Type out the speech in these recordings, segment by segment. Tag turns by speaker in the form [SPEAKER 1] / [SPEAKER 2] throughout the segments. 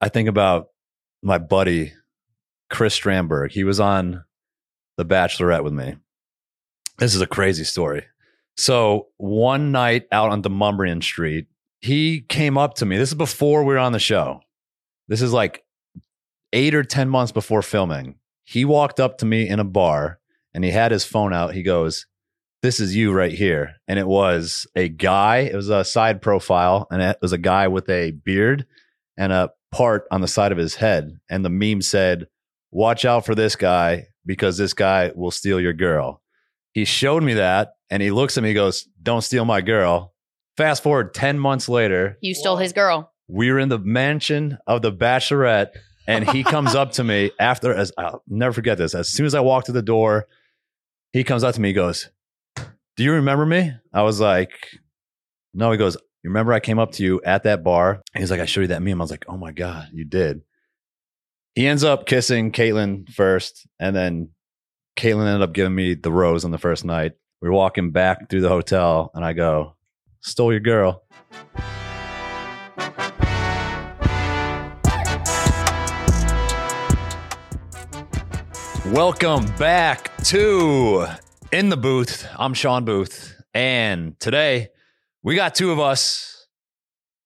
[SPEAKER 1] I think about my buddy Chris Strandberg. He was on The Bachelorette with me. This is a crazy story. So one night out on Demumbrian Street, he came up to me. This is before we were on the show. This is like eight or 10 months before filming. He walked up to me in a bar and he had his phone out. He goes, This is you right here. And it was a guy, it was a side profile, and it was a guy with a beard and a part on the side of his head. And the meme said, Watch out for this guy because this guy will steal your girl. He showed me that and he looks at me, he goes, Don't steal my girl. Fast forward 10 months later,
[SPEAKER 2] You stole his girl.
[SPEAKER 1] we were in the mansion of the bachelorette and he comes up to me after as I'll never forget this. As soon as I walk to the door, he comes up to me, he goes, Do you remember me? I was like, No, he goes, You remember I came up to you at that bar? And he's like, I showed you that meme. I was like, Oh my God, you did. He ends up kissing Caitlyn first, and then Caitlyn ended up giving me the rose on the first night. We We're walking back through the hotel, and I go, Stole your girl. Welcome back to In the Booth. I'm Sean Booth, and today we got two of us.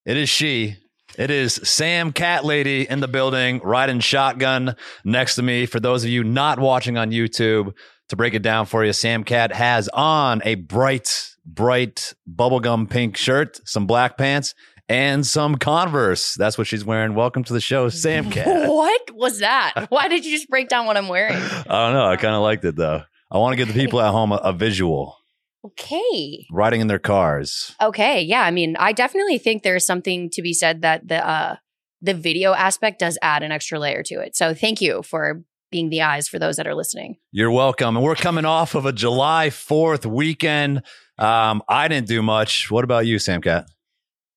[SPEAKER 1] It is she. It is Sam Cat Lady in the building, riding shotgun next to me. For those of you not watching on YouTube, to break it down for you, Sam Cat has on a bright, bright bubblegum pink shirt, some black pants, and some Converse. That's what she's wearing. Welcome to the show, Sam Cat.
[SPEAKER 2] What was that? Why did you just break down what I'm wearing?
[SPEAKER 1] I don't know. I kind of liked it though. I want to give the people at home a, a visual
[SPEAKER 2] Okay.
[SPEAKER 1] riding in their cars.
[SPEAKER 2] Okay. Yeah. I mean, I definitely think there's something to be said that the uh the video aspect does add an extra layer to it. So thank you for being the eyes for those that are listening.
[SPEAKER 1] You're welcome. And we're coming off of a July 4th weekend. Um, I didn't do much. What about you, Samcat?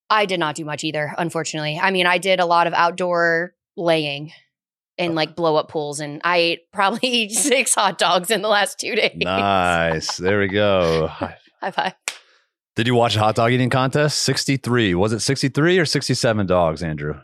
[SPEAKER 2] I did not do much either, unfortunately. I mean, I did a lot of outdoor laying in like blow up pools and I ate probably six hot dogs in the last two days.
[SPEAKER 1] Nice. There we go.
[SPEAKER 2] High five.
[SPEAKER 1] Did you watch a hot dog eating contest? 63. Was it 63 or 67 dogs, Andrew?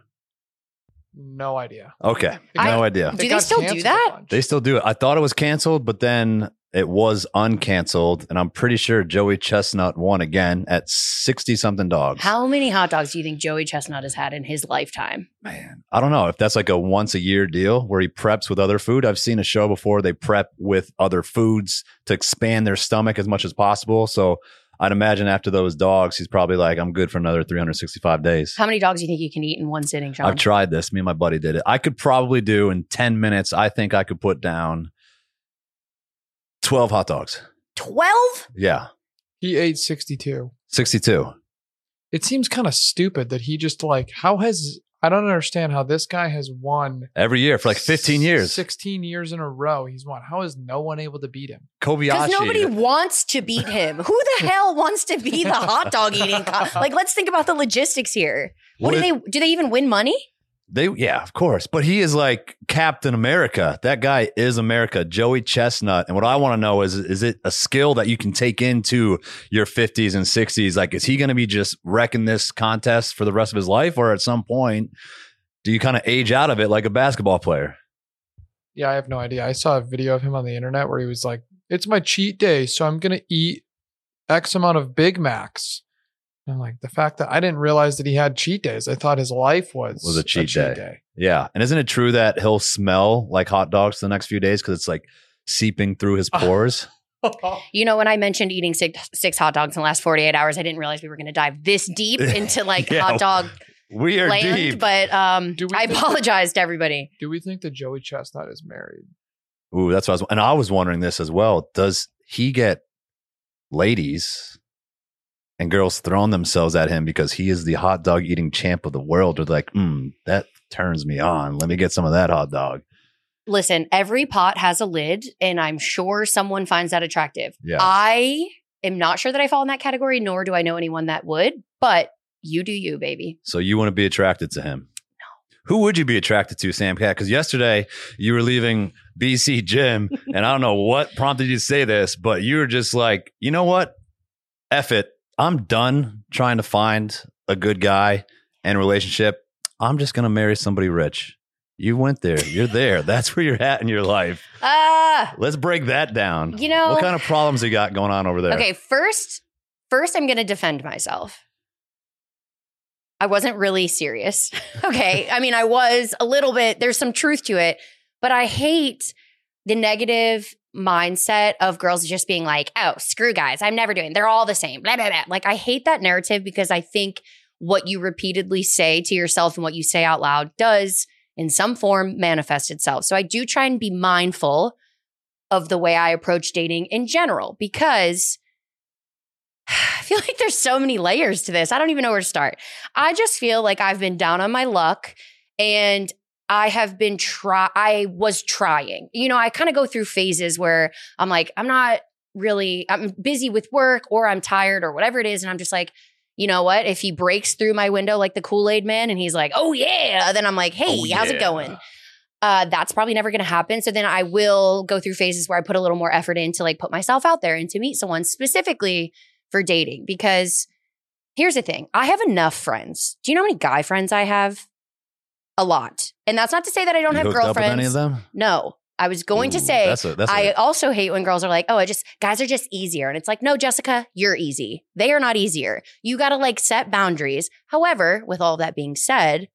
[SPEAKER 3] No idea.
[SPEAKER 1] Okay.
[SPEAKER 2] I-
[SPEAKER 1] No idea.
[SPEAKER 2] they
[SPEAKER 3] got
[SPEAKER 2] still do
[SPEAKER 3] canceled a
[SPEAKER 2] that?
[SPEAKER 3] bunch.
[SPEAKER 1] They still do it. I thought it was canceled, but then it was uncanceled. And I'm pretty sure Joey Chestnut won again at 60 something dogs.
[SPEAKER 2] How many hot dogs do you think Joey Chestnut has had in his lifetime?
[SPEAKER 1] Man, I don't know if that's like a once a year deal where he preps with other food. I've seen a show before they prep with other foods to expand their stomach as much as possible. So I'd imagine after those dogs, he's probably like, I'm good for another 365 days.
[SPEAKER 2] How many dogs do you think you can eat in one sitting, Sean?
[SPEAKER 1] I've tried this. Me and my buddy did it. I could probably do in 10 minutes, I think I could put down 12 hot dogs.
[SPEAKER 2] 12?
[SPEAKER 1] Yeah,
[SPEAKER 3] He ate 62.
[SPEAKER 1] 62.
[SPEAKER 3] It seems kind of stupid that he just like, how has, I don't understand how this guy has won
[SPEAKER 1] Every year for like 15
[SPEAKER 3] s-
[SPEAKER 1] years.
[SPEAKER 3] 16 years in a row. He's won. How is no one able to beat him?
[SPEAKER 1] Kobayashi.
[SPEAKER 2] Because nobody wants to beat him. Who the hell wants to be the hot dog eating? co- like, let's think about the logistics here. What, do
[SPEAKER 1] What-
[SPEAKER 2] they do? They even win money?
[SPEAKER 1] They yeah, of course. But he is like Captain America. That guy is America, Joey Chestnut. And what I want to know is is it a skill that you can take into your 50s and 60s? Like is he going to be just wrecking this contest for the rest of his life or at some point do you kind of age out of it like a basketball player?
[SPEAKER 3] Yeah, I have no idea. I saw a video of him on the internet where he was like, it's my cheat day, so I'm going to eat X amount of Big Macs. And I'm like, the fact that I didn't realize that he had cheat days, I thought his life was,
[SPEAKER 1] Was a cheat day. Yeah. And isn't it true that he'll smell like hot dogs the next few days cuz it's like seeping through his pores?
[SPEAKER 2] You know, when I mentioned eating six, six hot dogs in the last 48 hours, I didn't realize we were going to dive this deep into like
[SPEAKER 1] Yeah.
[SPEAKER 2] hot dog
[SPEAKER 1] we are
[SPEAKER 2] land.
[SPEAKER 1] deep.
[SPEAKER 2] But um,
[SPEAKER 3] Do we
[SPEAKER 2] I
[SPEAKER 3] think-
[SPEAKER 2] apologize to everybody.
[SPEAKER 3] Do we think that Joey Chestnut is married?
[SPEAKER 1] Ooh, that's what I was, and I was wondering this as well. Does he get ladies and girls throwing themselves at him because he is the hot dog eating champ of the world? Or like, mm, that turns me on. Let me get some of that hot dog.
[SPEAKER 2] Listen, every pot has a lid, and I'm sure someone finds that attractive.
[SPEAKER 1] Yeah.
[SPEAKER 2] I am not sure that I fall in that category, nor do I know anyone that would, but you do you, baby.
[SPEAKER 1] So you want to be attracted to him? Who would you be attracted to, Sam Cat? Because yesterday you were leaving BC Gym, and I don't know what prompted you to say this, but you were just like, you know what? F it. I'm done trying to find a good guy and relationship. I'm just going to marry somebody rich. You went there. You're there. That's where you're at in your life.
[SPEAKER 2] Ah,
[SPEAKER 1] Let's break that down.
[SPEAKER 2] You know-
[SPEAKER 1] what kind of problems you got going on over there?
[SPEAKER 2] okay. First, first, I'm going to defend myself. I wasn't really serious. okay. I mean, I was a little bit, there's some truth to it, but I hate the negative mindset of girls just being like, oh, screw guys. I'm never doing, they're all the same, blah, blah, blah. Like, I hate that narrative because I think what you repeatedly say to yourself and what you say out loud does in some form manifest itself. So I do try and be mindful of the way I approach dating in general because I feel like there's so many layers to this. I don't even know where to start. I just feel like I've been down on my luck and I have been try I was trying. You know, I kind of go through phases where I'm like I'm not really I'm busy with work or I'm tired or whatever it is and I'm just like you know what? If he breaks through my window like the Kool-Aid man and he's like, "Oh yeah." Then I'm like, "Hey,
[SPEAKER 1] Oh,
[SPEAKER 2] how's
[SPEAKER 1] yeah.
[SPEAKER 2] it going?" Uh, that's probably never going to happen. So then I will go through phases where I put a little more effort in to like put myself out there and to meet someone specifically for dating because here's the thing I have enough friends. Do you know how many guy friends I have? A lot. And that's not to say that I
[SPEAKER 1] You
[SPEAKER 2] don't have
[SPEAKER 1] hooked up with
[SPEAKER 2] girlfriends.
[SPEAKER 1] any of them?
[SPEAKER 2] No, I was going to
[SPEAKER 1] Ooh,
[SPEAKER 2] say.
[SPEAKER 1] that's a, that's
[SPEAKER 2] I
[SPEAKER 1] a,
[SPEAKER 2] also hate when girls are like, "Oh, I just guys are just easier," and it's like, "No, Jessica, you're easy. They are not easier. You got to like set boundaries." However, with all that being said,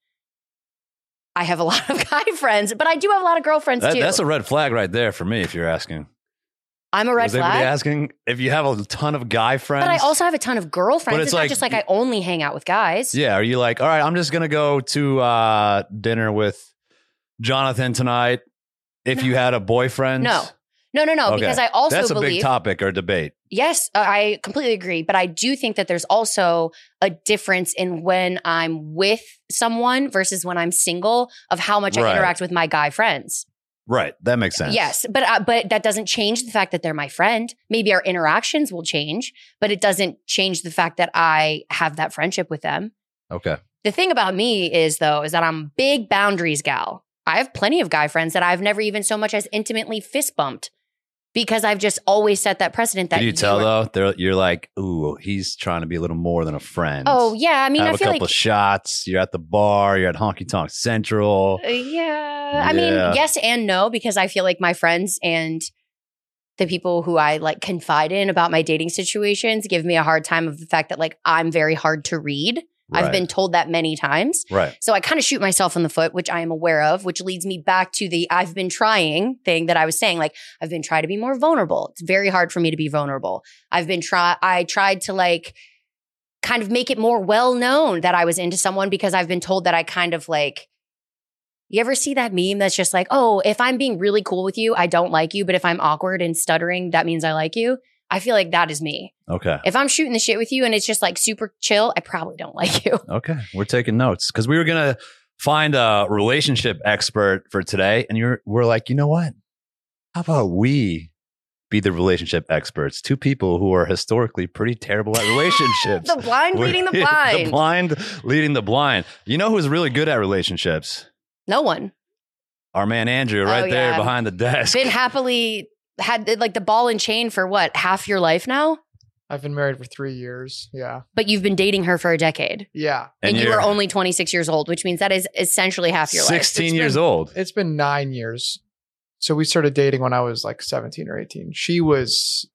[SPEAKER 2] I have a lot of guy friends, but I do have a lot of girlfriends
[SPEAKER 1] that-
[SPEAKER 2] too.
[SPEAKER 1] that's a red flag right there for me. If you're asking,
[SPEAKER 2] I'm a red
[SPEAKER 1] was anybody
[SPEAKER 2] flag,
[SPEAKER 1] asking if you have a ton of guy friends?
[SPEAKER 2] but I also have a ton of girlfriends.
[SPEAKER 1] But
[SPEAKER 2] It's,
[SPEAKER 1] it's
[SPEAKER 2] not
[SPEAKER 1] like-
[SPEAKER 2] just like I only hang out with guys.
[SPEAKER 1] Yeah. Are you like, all right, I'm just going to go to uh, dinner with Jonathan tonight if you had a boyfriend?
[SPEAKER 2] No. No, no, no,
[SPEAKER 1] Okay.
[SPEAKER 2] because I also
[SPEAKER 1] That's a
[SPEAKER 2] believe
[SPEAKER 1] big topic or debate.
[SPEAKER 2] Yes, uh, I completely agree. But I do think that there's also a difference in when I'm with someone versus when I'm single of how much
[SPEAKER 1] Right.
[SPEAKER 2] I interact with my guy friends.
[SPEAKER 1] Right. That makes sense.
[SPEAKER 2] Yes, but uh, but that doesn't change the fact that they're my friend. Maybe our interactions will change, but it doesn't change the fact that I have that friendship with them.
[SPEAKER 1] Okay.
[SPEAKER 2] The thing about me is though is that I'm a big boundaries gal. I have plenty of guy friends that I've never even so much as intimately fist bumped because I've just always set that precedent that
[SPEAKER 1] Can you tell
[SPEAKER 2] are-
[SPEAKER 1] though? They're, you're like, ooh, he's trying to be a little more than a friend.
[SPEAKER 2] Oh yeah, I mean
[SPEAKER 1] have
[SPEAKER 2] I
[SPEAKER 1] a
[SPEAKER 2] feel
[SPEAKER 1] couple of
[SPEAKER 2] like
[SPEAKER 1] shots. You're at the bar. You're at Honky Tonk Central.
[SPEAKER 2] Uh, yeah. I mean,
[SPEAKER 1] Yeah.
[SPEAKER 2] yes and no, because I feel like my friends and the people who I like confide in about my dating situations give me a hard time of the fact that like I'm very hard to read. I've
[SPEAKER 1] Right.
[SPEAKER 2] been told that many times.
[SPEAKER 1] right.
[SPEAKER 2] So I kind of shoot myself in the foot, which I am aware of, which leads me back to the I've been trying thing that I was saying. Like, I've been trying to be more vulnerable. It's very hard for me to be vulnerable. I've been try I tried to like kind of make it more well known that I was into someone because I've been told that I kind of like you ever see that meme that's just like, oh, if I'm being really cool with you, I don't like you, but if I'm awkward and stuttering, that means I like you. I feel like that is me.
[SPEAKER 1] Okay.
[SPEAKER 2] If I'm shooting the shit with you and it's just like super chill, I probably don't like you.
[SPEAKER 1] Okay. We're taking notes because we were going to find a relationship expert for today. And you're, we're like, you know what? How about we be the relationship experts? Two people who are historically pretty terrible at relationships.
[SPEAKER 2] the blind
[SPEAKER 1] We're-
[SPEAKER 2] leading the blind.
[SPEAKER 1] the blind leading the blind. You know who's really good at relationships?
[SPEAKER 2] No one.
[SPEAKER 1] Our man Andrew, right
[SPEAKER 2] Oh,
[SPEAKER 1] there
[SPEAKER 2] yeah.
[SPEAKER 1] behind the desk.
[SPEAKER 2] Been happily had like the ball and chain for what, half your life now?
[SPEAKER 3] I've been married for three years. Yeah.
[SPEAKER 2] But you've been dating her for a decade.
[SPEAKER 3] Yeah.
[SPEAKER 2] And, you
[SPEAKER 1] you're
[SPEAKER 2] were only 26 years old, which means that is essentially half your life.
[SPEAKER 1] 16
[SPEAKER 3] It's
[SPEAKER 1] years
[SPEAKER 3] been-
[SPEAKER 1] old.
[SPEAKER 3] It's been nine years. So we started dating when I was like 17 or 18. She was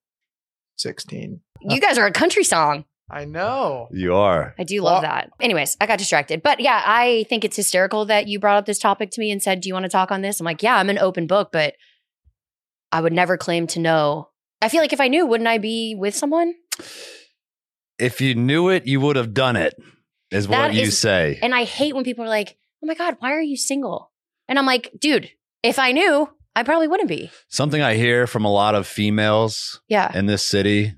[SPEAKER 3] 16.
[SPEAKER 2] You guys are a country song.
[SPEAKER 3] I know.
[SPEAKER 1] You are.
[SPEAKER 2] I do love
[SPEAKER 3] Well-
[SPEAKER 2] that. Anyways, I got distracted. But yeah, I think it's hysterical that you brought up this topic to me and said, Do you want to talk on this? I'm like, Yeah, I'm an open book, but I would never claim to know. I feel like if I knew, wouldn't I be with someone?
[SPEAKER 1] If you knew it, you would have done it, is what
[SPEAKER 2] That
[SPEAKER 1] you
[SPEAKER 2] is-
[SPEAKER 1] say.
[SPEAKER 2] And I hate when people are like, oh my God, why are you single? And I'm like, dude, if I knew, I probably wouldn't be.
[SPEAKER 1] Something I hear from a lot of females
[SPEAKER 2] Yeah.
[SPEAKER 1] in this city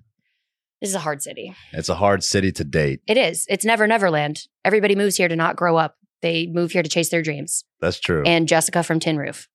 [SPEAKER 2] This is a hard city.
[SPEAKER 1] it's a hard city to date.
[SPEAKER 2] It is. It's never, never land. Everybody moves here to not grow up. They move here to chase their dreams.
[SPEAKER 1] That's true.
[SPEAKER 2] And Jessica from Tin Roof.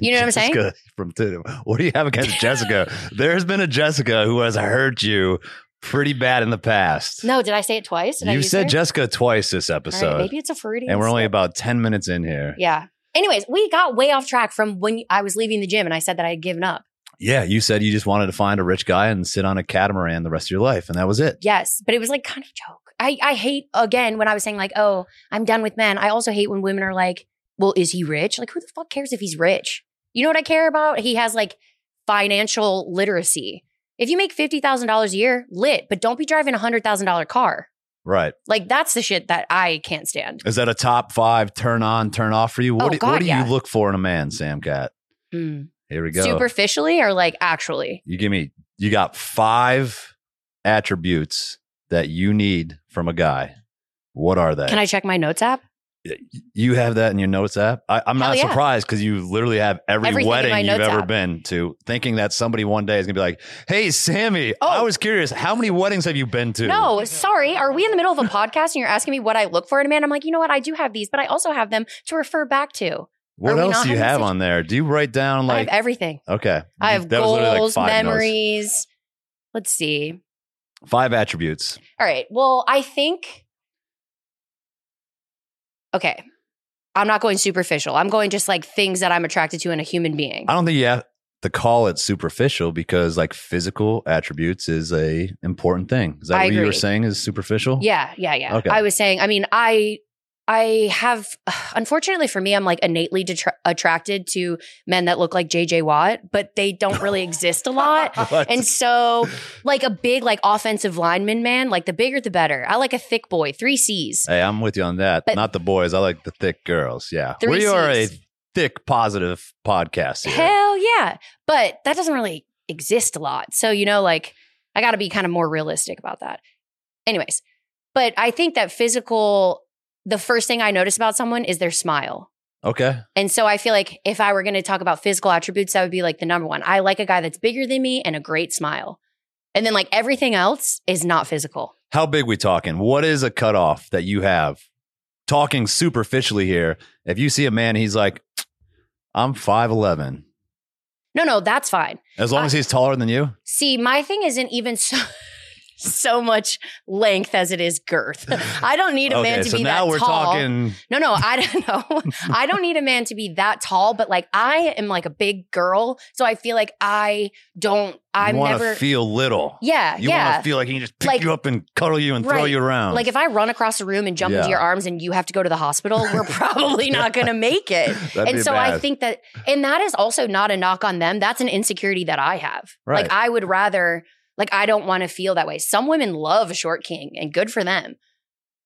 [SPEAKER 2] you know what I'm saying?
[SPEAKER 1] Jessica From Tudor. What do you have against Jessica? There's been a Jessica who has hurt you pretty bad in the past.
[SPEAKER 2] No, did I say it twice? Did I
[SPEAKER 1] you
[SPEAKER 2] use
[SPEAKER 1] said
[SPEAKER 2] her?
[SPEAKER 1] Jessica twice this
[SPEAKER 2] All right,
[SPEAKER 1] episode,
[SPEAKER 2] maybe it's a Freudian.
[SPEAKER 1] and we're only
[SPEAKER 2] slip.
[SPEAKER 1] about ten minutes in here.
[SPEAKER 2] Yeah. Anyways, we got way off track from when I was leaving the gym and I said that I had given up.
[SPEAKER 1] Yeah, you said you just wanted to find a rich guy and sit on a catamaran the rest of your life, and that was it.
[SPEAKER 2] Yes, but it was like kind of a joke. I, I hate again when I was saying like, oh, I'm done with men. I also hate when women are like, well, is he rich? Like, who the fuck cares if he's rich? You know what I care about? He has like financial literacy. If you make fifty thousand dollars a year, lit, but don't be driving a hundred thousand dollar car.
[SPEAKER 1] Right.
[SPEAKER 2] Like that's the shit that I can't stand.
[SPEAKER 1] Is that a top five turn on, turn off for you? What,
[SPEAKER 2] Oh,
[SPEAKER 1] do, what
[SPEAKER 2] God,
[SPEAKER 1] do
[SPEAKER 2] yeah.
[SPEAKER 1] you look for in a man, Sam Cat? Here we go.
[SPEAKER 2] Superficially or like actually?
[SPEAKER 1] You give me, you got five attributes that you need from a guy. What are they?
[SPEAKER 2] Can I check my notes app?
[SPEAKER 1] you have that in your notes app? I, I'm
[SPEAKER 2] Hell
[SPEAKER 1] not
[SPEAKER 2] yeah.
[SPEAKER 1] surprised because you literally have every
[SPEAKER 2] Everything in
[SPEAKER 1] wedding
[SPEAKER 2] my
[SPEAKER 1] you've
[SPEAKER 2] notes
[SPEAKER 1] ever
[SPEAKER 2] app.
[SPEAKER 1] been to, thinking that somebody one day is going to be like, hey, Sammy, I
[SPEAKER 2] Oh.
[SPEAKER 1] was curious, how many weddings have you been to?
[SPEAKER 2] No, sorry. Are we in the middle of a podcast and you're asking me what I look for in a man? I'm like, you know what? I do have these, but I also have them to refer back to. Are
[SPEAKER 1] What
[SPEAKER 2] we
[SPEAKER 1] else
[SPEAKER 2] not
[SPEAKER 1] do you
[SPEAKER 2] having
[SPEAKER 1] have
[SPEAKER 2] such-
[SPEAKER 1] on there? Do you write down
[SPEAKER 2] I have
[SPEAKER 1] like,
[SPEAKER 2] everything.
[SPEAKER 1] okay.
[SPEAKER 2] I have
[SPEAKER 1] That was literally, like,
[SPEAKER 2] goals,
[SPEAKER 1] five notes.
[SPEAKER 2] memories. Let's see.
[SPEAKER 1] Five attributes.
[SPEAKER 2] All right. Well, I think. Okay. I'm not going superficial. I'm going just like things that I'm attracted to in a human being.
[SPEAKER 1] I don't think you have to call it superficial because like physical attributes is a important thing. Is that
[SPEAKER 2] I
[SPEAKER 1] what you were
[SPEAKER 2] agree.
[SPEAKER 1] saying is superficial?
[SPEAKER 2] Yeah, yeah, yeah.
[SPEAKER 1] Okay.
[SPEAKER 2] I was saying, I mean, I I have unfortunately for me, I'm like innately detra- attracted to men that look like JJ Watt, but they don't really exist a lot.
[SPEAKER 1] What?
[SPEAKER 2] And so, like a big like offensive lineman man, like the bigger the better. I like a thick boy, three C's.
[SPEAKER 1] Hey, I'm with you on that.
[SPEAKER 2] But-
[SPEAKER 1] Not the boys. I like the thick girls. Yeah.
[SPEAKER 2] Three
[SPEAKER 1] we are a
[SPEAKER 2] Cs.
[SPEAKER 1] thick, positive podcast here.
[SPEAKER 2] Hell yeah. But that doesn't really exist a lot. So, you know, like I got to be kind of more realistic about that. Anyways, but I think that physical, the first thing I notice about someone is their smile.
[SPEAKER 1] Okay.
[SPEAKER 2] And so I feel like if I were going to talk about physical attributes, that would be like the number one. I like a guy that's bigger than me and a great smile. And then like everything else is not physical.
[SPEAKER 1] How big we talking? What is a cutoff that you have? Talking superficially here. If you see a man, he's like, I'm 5'11.
[SPEAKER 2] No, no, that's fine.
[SPEAKER 1] As long
[SPEAKER 2] I-
[SPEAKER 1] as he's taller than you.
[SPEAKER 2] See, my thing isn't even so so much length as it is girth. I don't need a man to
[SPEAKER 1] so
[SPEAKER 2] be
[SPEAKER 1] now
[SPEAKER 2] that
[SPEAKER 1] we're
[SPEAKER 2] tall.
[SPEAKER 1] talking
[SPEAKER 2] No, no, I don't know. I don't need a man to be that tall, but like I am like a big girl, so I feel like I don't I'm
[SPEAKER 1] you want to
[SPEAKER 2] never
[SPEAKER 1] feel little.
[SPEAKER 2] Yeah,
[SPEAKER 1] You
[SPEAKER 2] yeah.
[SPEAKER 1] want to feel like he can just pick
[SPEAKER 2] Like-
[SPEAKER 1] you up and cuddle you and throw
[SPEAKER 2] Right.
[SPEAKER 1] you around.
[SPEAKER 2] Like if I run across the room and jump
[SPEAKER 1] Yeah.
[SPEAKER 2] into your arms and you have to go to the hospital, we're probably not going to make it.
[SPEAKER 1] That'd be
[SPEAKER 2] and so I
[SPEAKER 1] bad.
[SPEAKER 2] think that, and that is also not a knock on them. That's an insecurity that I have.
[SPEAKER 1] Right.
[SPEAKER 2] Like I would rather, like I don't want to feel that way. Some women love a short king, and good for them.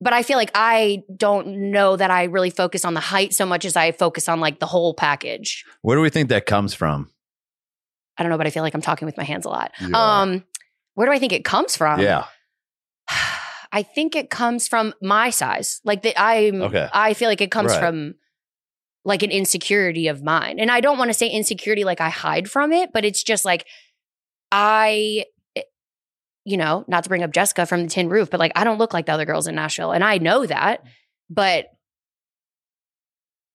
[SPEAKER 2] But I feel like I don't know that I really focus on the height so much as I focus on like the whole package.
[SPEAKER 1] Where do we think that comes from?
[SPEAKER 2] I don't know, but I feel like I'm talking with my hands a lot.
[SPEAKER 1] You are.
[SPEAKER 2] Um, where do I think it comes from?
[SPEAKER 1] yeah.
[SPEAKER 2] I think it comes from my size. Like that I'm
[SPEAKER 1] Okay.
[SPEAKER 2] I feel like it comes
[SPEAKER 1] Right.
[SPEAKER 2] from like an insecurity of mine. And I don't want to say insecurity like I hide from it, but it's just like I eh, you know, not to bring up Jessica from the Tin Roof, but like I don't look like the other girls in Nashville and I know that, but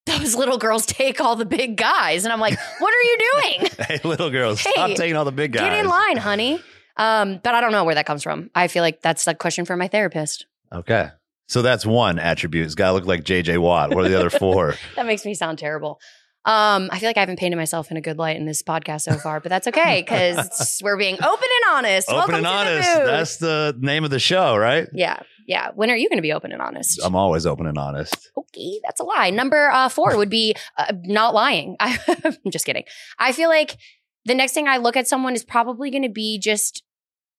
[SPEAKER 2] those little girls take all the big guys and I'm like, "What are you doing?"
[SPEAKER 1] Hey, little girls,
[SPEAKER 2] Hey,
[SPEAKER 1] stop taking all the big guys.
[SPEAKER 2] Get in line, honey. Um, but I don't know where that comes from. I feel like that's a question for my therapist.
[SPEAKER 1] Okay. So that's one attribute. It's got to look like JJ Watt. What are the other four?
[SPEAKER 2] That makes me sound terrible. Um, I feel like I haven't painted myself in a good light in this podcast so far, but that's okay because we're being open and honest.
[SPEAKER 1] Open and
[SPEAKER 2] Welcome to the
[SPEAKER 1] honest.
[SPEAKER 2] booth.
[SPEAKER 1] That's the name of the show, right?
[SPEAKER 2] yeah, yeah. When are you going to be open and honest?
[SPEAKER 1] I'm always open and honest.
[SPEAKER 2] okay, that's a lie. Number uh, four would be uh, not lying. I, I'm just kidding. I feel like the next thing I look at someone is probably going to be just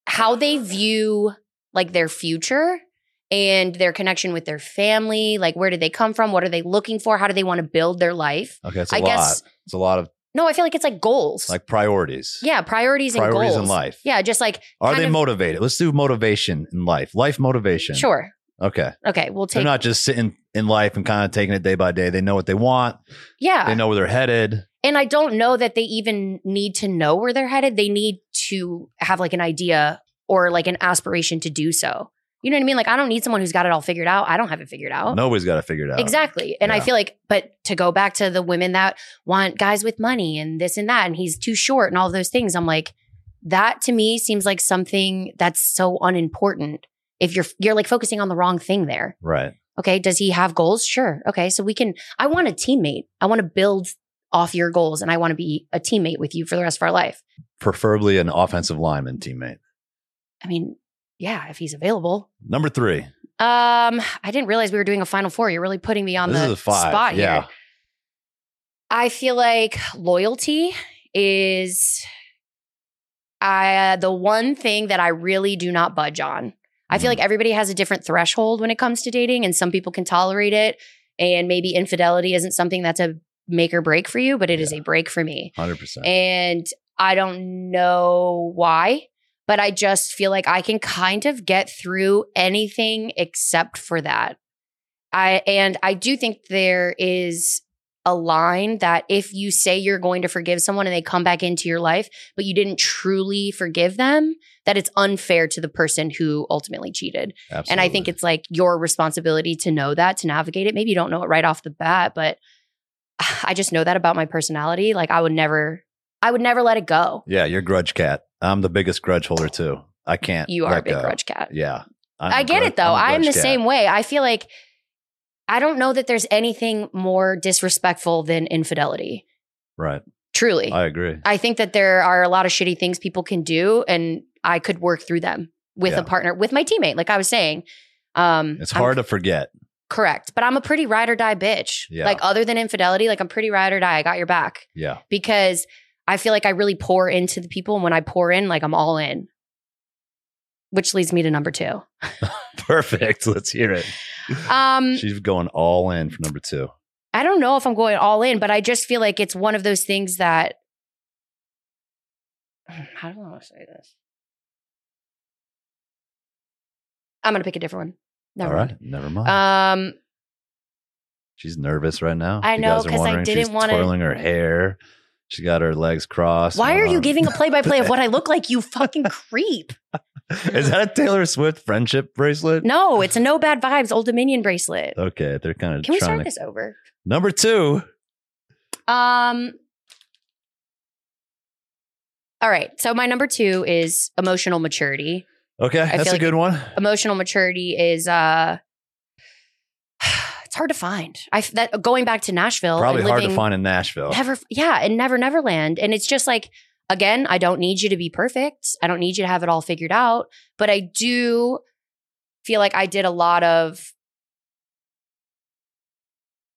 [SPEAKER 2] how they view like their future and their connection with their family. Like, where did they come from? What are they looking for? How do they want to build their life?
[SPEAKER 1] Okay, it's a
[SPEAKER 2] I
[SPEAKER 1] lot.
[SPEAKER 2] guess
[SPEAKER 1] it's a lot of
[SPEAKER 2] no. I feel like it's like goals.
[SPEAKER 1] like priorities.
[SPEAKER 2] Yeah, priorities, and
[SPEAKER 1] priorities
[SPEAKER 2] goals
[SPEAKER 1] in life.
[SPEAKER 2] Yeah, just like
[SPEAKER 1] Are
[SPEAKER 2] kind
[SPEAKER 1] they
[SPEAKER 2] of-
[SPEAKER 1] motivated? Let's do motivation in life. Life motivation.
[SPEAKER 2] sure.
[SPEAKER 1] Okay.
[SPEAKER 2] Okay, we'll take
[SPEAKER 1] They're not just sitting in life and kind of taking it day by day. They know what they want.
[SPEAKER 2] yeah.
[SPEAKER 1] They know where they're headed.
[SPEAKER 2] And I don't know that they even need to know where they're headed. They need to have like an idea or like an aspiration to do so. You know what I mean? Like I don't need someone who's got it all figured out. I don't have it figured out.
[SPEAKER 1] Nobody's got to figure it out.
[SPEAKER 2] Exactly. And I
[SPEAKER 1] Yeah.
[SPEAKER 2] feel like, but to go back to the women that want guys with money and this and that, and he's too short and all those things, I'm like, that to me seems like something that's so unimportant. If you're you're like focusing on the wrong thing there.
[SPEAKER 1] Right.
[SPEAKER 2] Okay. Does he have goals? Sure. Okay. So we can, I want a teammate. I want to build off your goals and I want to be a teammate with you for the rest of our life.
[SPEAKER 1] Preferably an offensive lineman teammate.
[SPEAKER 2] I mean, yeah, if he's available.
[SPEAKER 1] Number three.
[SPEAKER 2] Um, I didn't realize we were doing a final four. You're really putting me on
[SPEAKER 1] this
[SPEAKER 2] the
[SPEAKER 1] is a five.
[SPEAKER 2] spot here.
[SPEAKER 1] yeah.
[SPEAKER 2] I feel like loyalty is uh, the one thing that I really do not budge on. I feel like everybody has a different threshold when it comes to dating, and some people can tolerate it. And maybe infidelity isn't something that's a make or break for you, but it is a break for me.
[SPEAKER 1] Mm-hmm. Hundred percent.
[SPEAKER 2] And I don't know why, but I just feel like I can kind of get through anything except for that. I and I do think there is a line that if you say you're going to forgive someone and they come back into your life, but you didn't truly forgive them, that it's unfair to the person who ultimately cheated.
[SPEAKER 1] Absolutely.
[SPEAKER 2] And I think it's like your responsibility to know that, to navigate it. Maybe you don't know it right off the bat, but I just know that about my personality. Like I would never, I would never let it go.
[SPEAKER 1] Yeah, you're grudge cat. I'm the biggest grudge holder too. I can't.
[SPEAKER 2] You are
[SPEAKER 1] let
[SPEAKER 2] a big
[SPEAKER 1] go.
[SPEAKER 2] grudge cat.
[SPEAKER 1] Yeah. I'm
[SPEAKER 2] I
[SPEAKER 1] a
[SPEAKER 2] get
[SPEAKER 1] grudge-
[SPEAKER 2] it though.
[SPEAKER 1] a
[SPEAKER 2] I'm, the
[SPEAKER 1] grudge cat.
[SPEAKER 2] same way. I feel like I don't know that there's anything more disrespectful than infidelity.
[SPEAKER 1] Right.
[SPEAKER 2] Truly.
[SPEAKER 1] I agree.
[SPEAKER 2] I think that there are a lot of shitty things people can do, and I could work through them with
[SPEAKER 1] Yeah.
[SPEAKER 2] a partner, with my teammate, like I was saying. Um,
[SPEAKER 1] It's
[SPEAKER 2] I'm-
[SPEAKER 1] hard to forget.
[SPEAKER 2] correct, but I'm a pretty ride or die bitch.
[SPEAKER 1] Yeah.
[SPEAKER 2] Like other than infidelity, like I'm pretty ride or die. I got your back
[SPEAKER 1] Yeah.
[SPEAKER 2] because I feel like I really pour into the people, and when I pour in, like I'm all in. Which leads me to number two.
[SPEAKER 1] Perfect. Let's hear it.
[SPEAKER 2] Um,
[SPEAKER 1] She's going all in for number two.
[SPEAKER 2] I don't know if I'm going all in, but I just feel like it's one of those things that. How do I want to say this? I'm going to pick a different one. Never
[SPEAKER 1] all
[SPEAKER 2] mind.
[SPEAKER 1] right. Never mind.
[SPEAKER 2] Um,
[SPEAKER 1] she's nervous right now.
[SPEAKER 2] I
[SPEAKER 1] If you
[SPEAKER 2] know,
[SPEAKER 1] guys are
[SPEAKER 2] 'cause I
[SPEAKER 1] wondering,
[SPEAKER 2] didn't
[SPEAKER 1] she's
[SPEAKER 2] wanna-
[SPEAKER 1] twirling her hair. She got her legs crossed.
[SPEAKER 2] why
[SPEAKER 1] and
[SPEAKER 2] are you
[SPEAKER 1] arms-
[SPEAKER 2] giving a play by play of what I look like, you fucking creep?
[SPEAKER 1] Is that a Taylor Swift friendship bracelet?
[SPEAKER 2] No, it's a no bad vibes Old Dominion bracelet.
[SPEAKER 1] Okay, they're kind of
[SPEAKER 2] Can we
[SPEAKER 1] trying
[SPEAKER 2] start
[SPEAKER 1] to.
[SPEAKER 2] this over?
[SPEAKER 1] Number two.
[SPEAKER 2] Um, all right. So, my number two is emotional maturity.
[SPEAKER 1] Okay, that's
[SPEAKER 2] feel
[SPEAKER 1] a
[SPEAKER 2] like-
[SPEAKER 1] good one.
[SPEAKER 2] emotional maturity is uh it's hard to find i f- that going back to nashville
[SPEAKER 1] Probably
[SPEAKER 2] and
[SPEAKER 1] hard to
[SPEAKER 2] living
[SPEAKER 1] find in Nashville.
[SPEAKER 2] never yeah and never neverland and it's just like again i don't need you to be perfect i don't need you to have it all figured out but i do feel like i did a lot of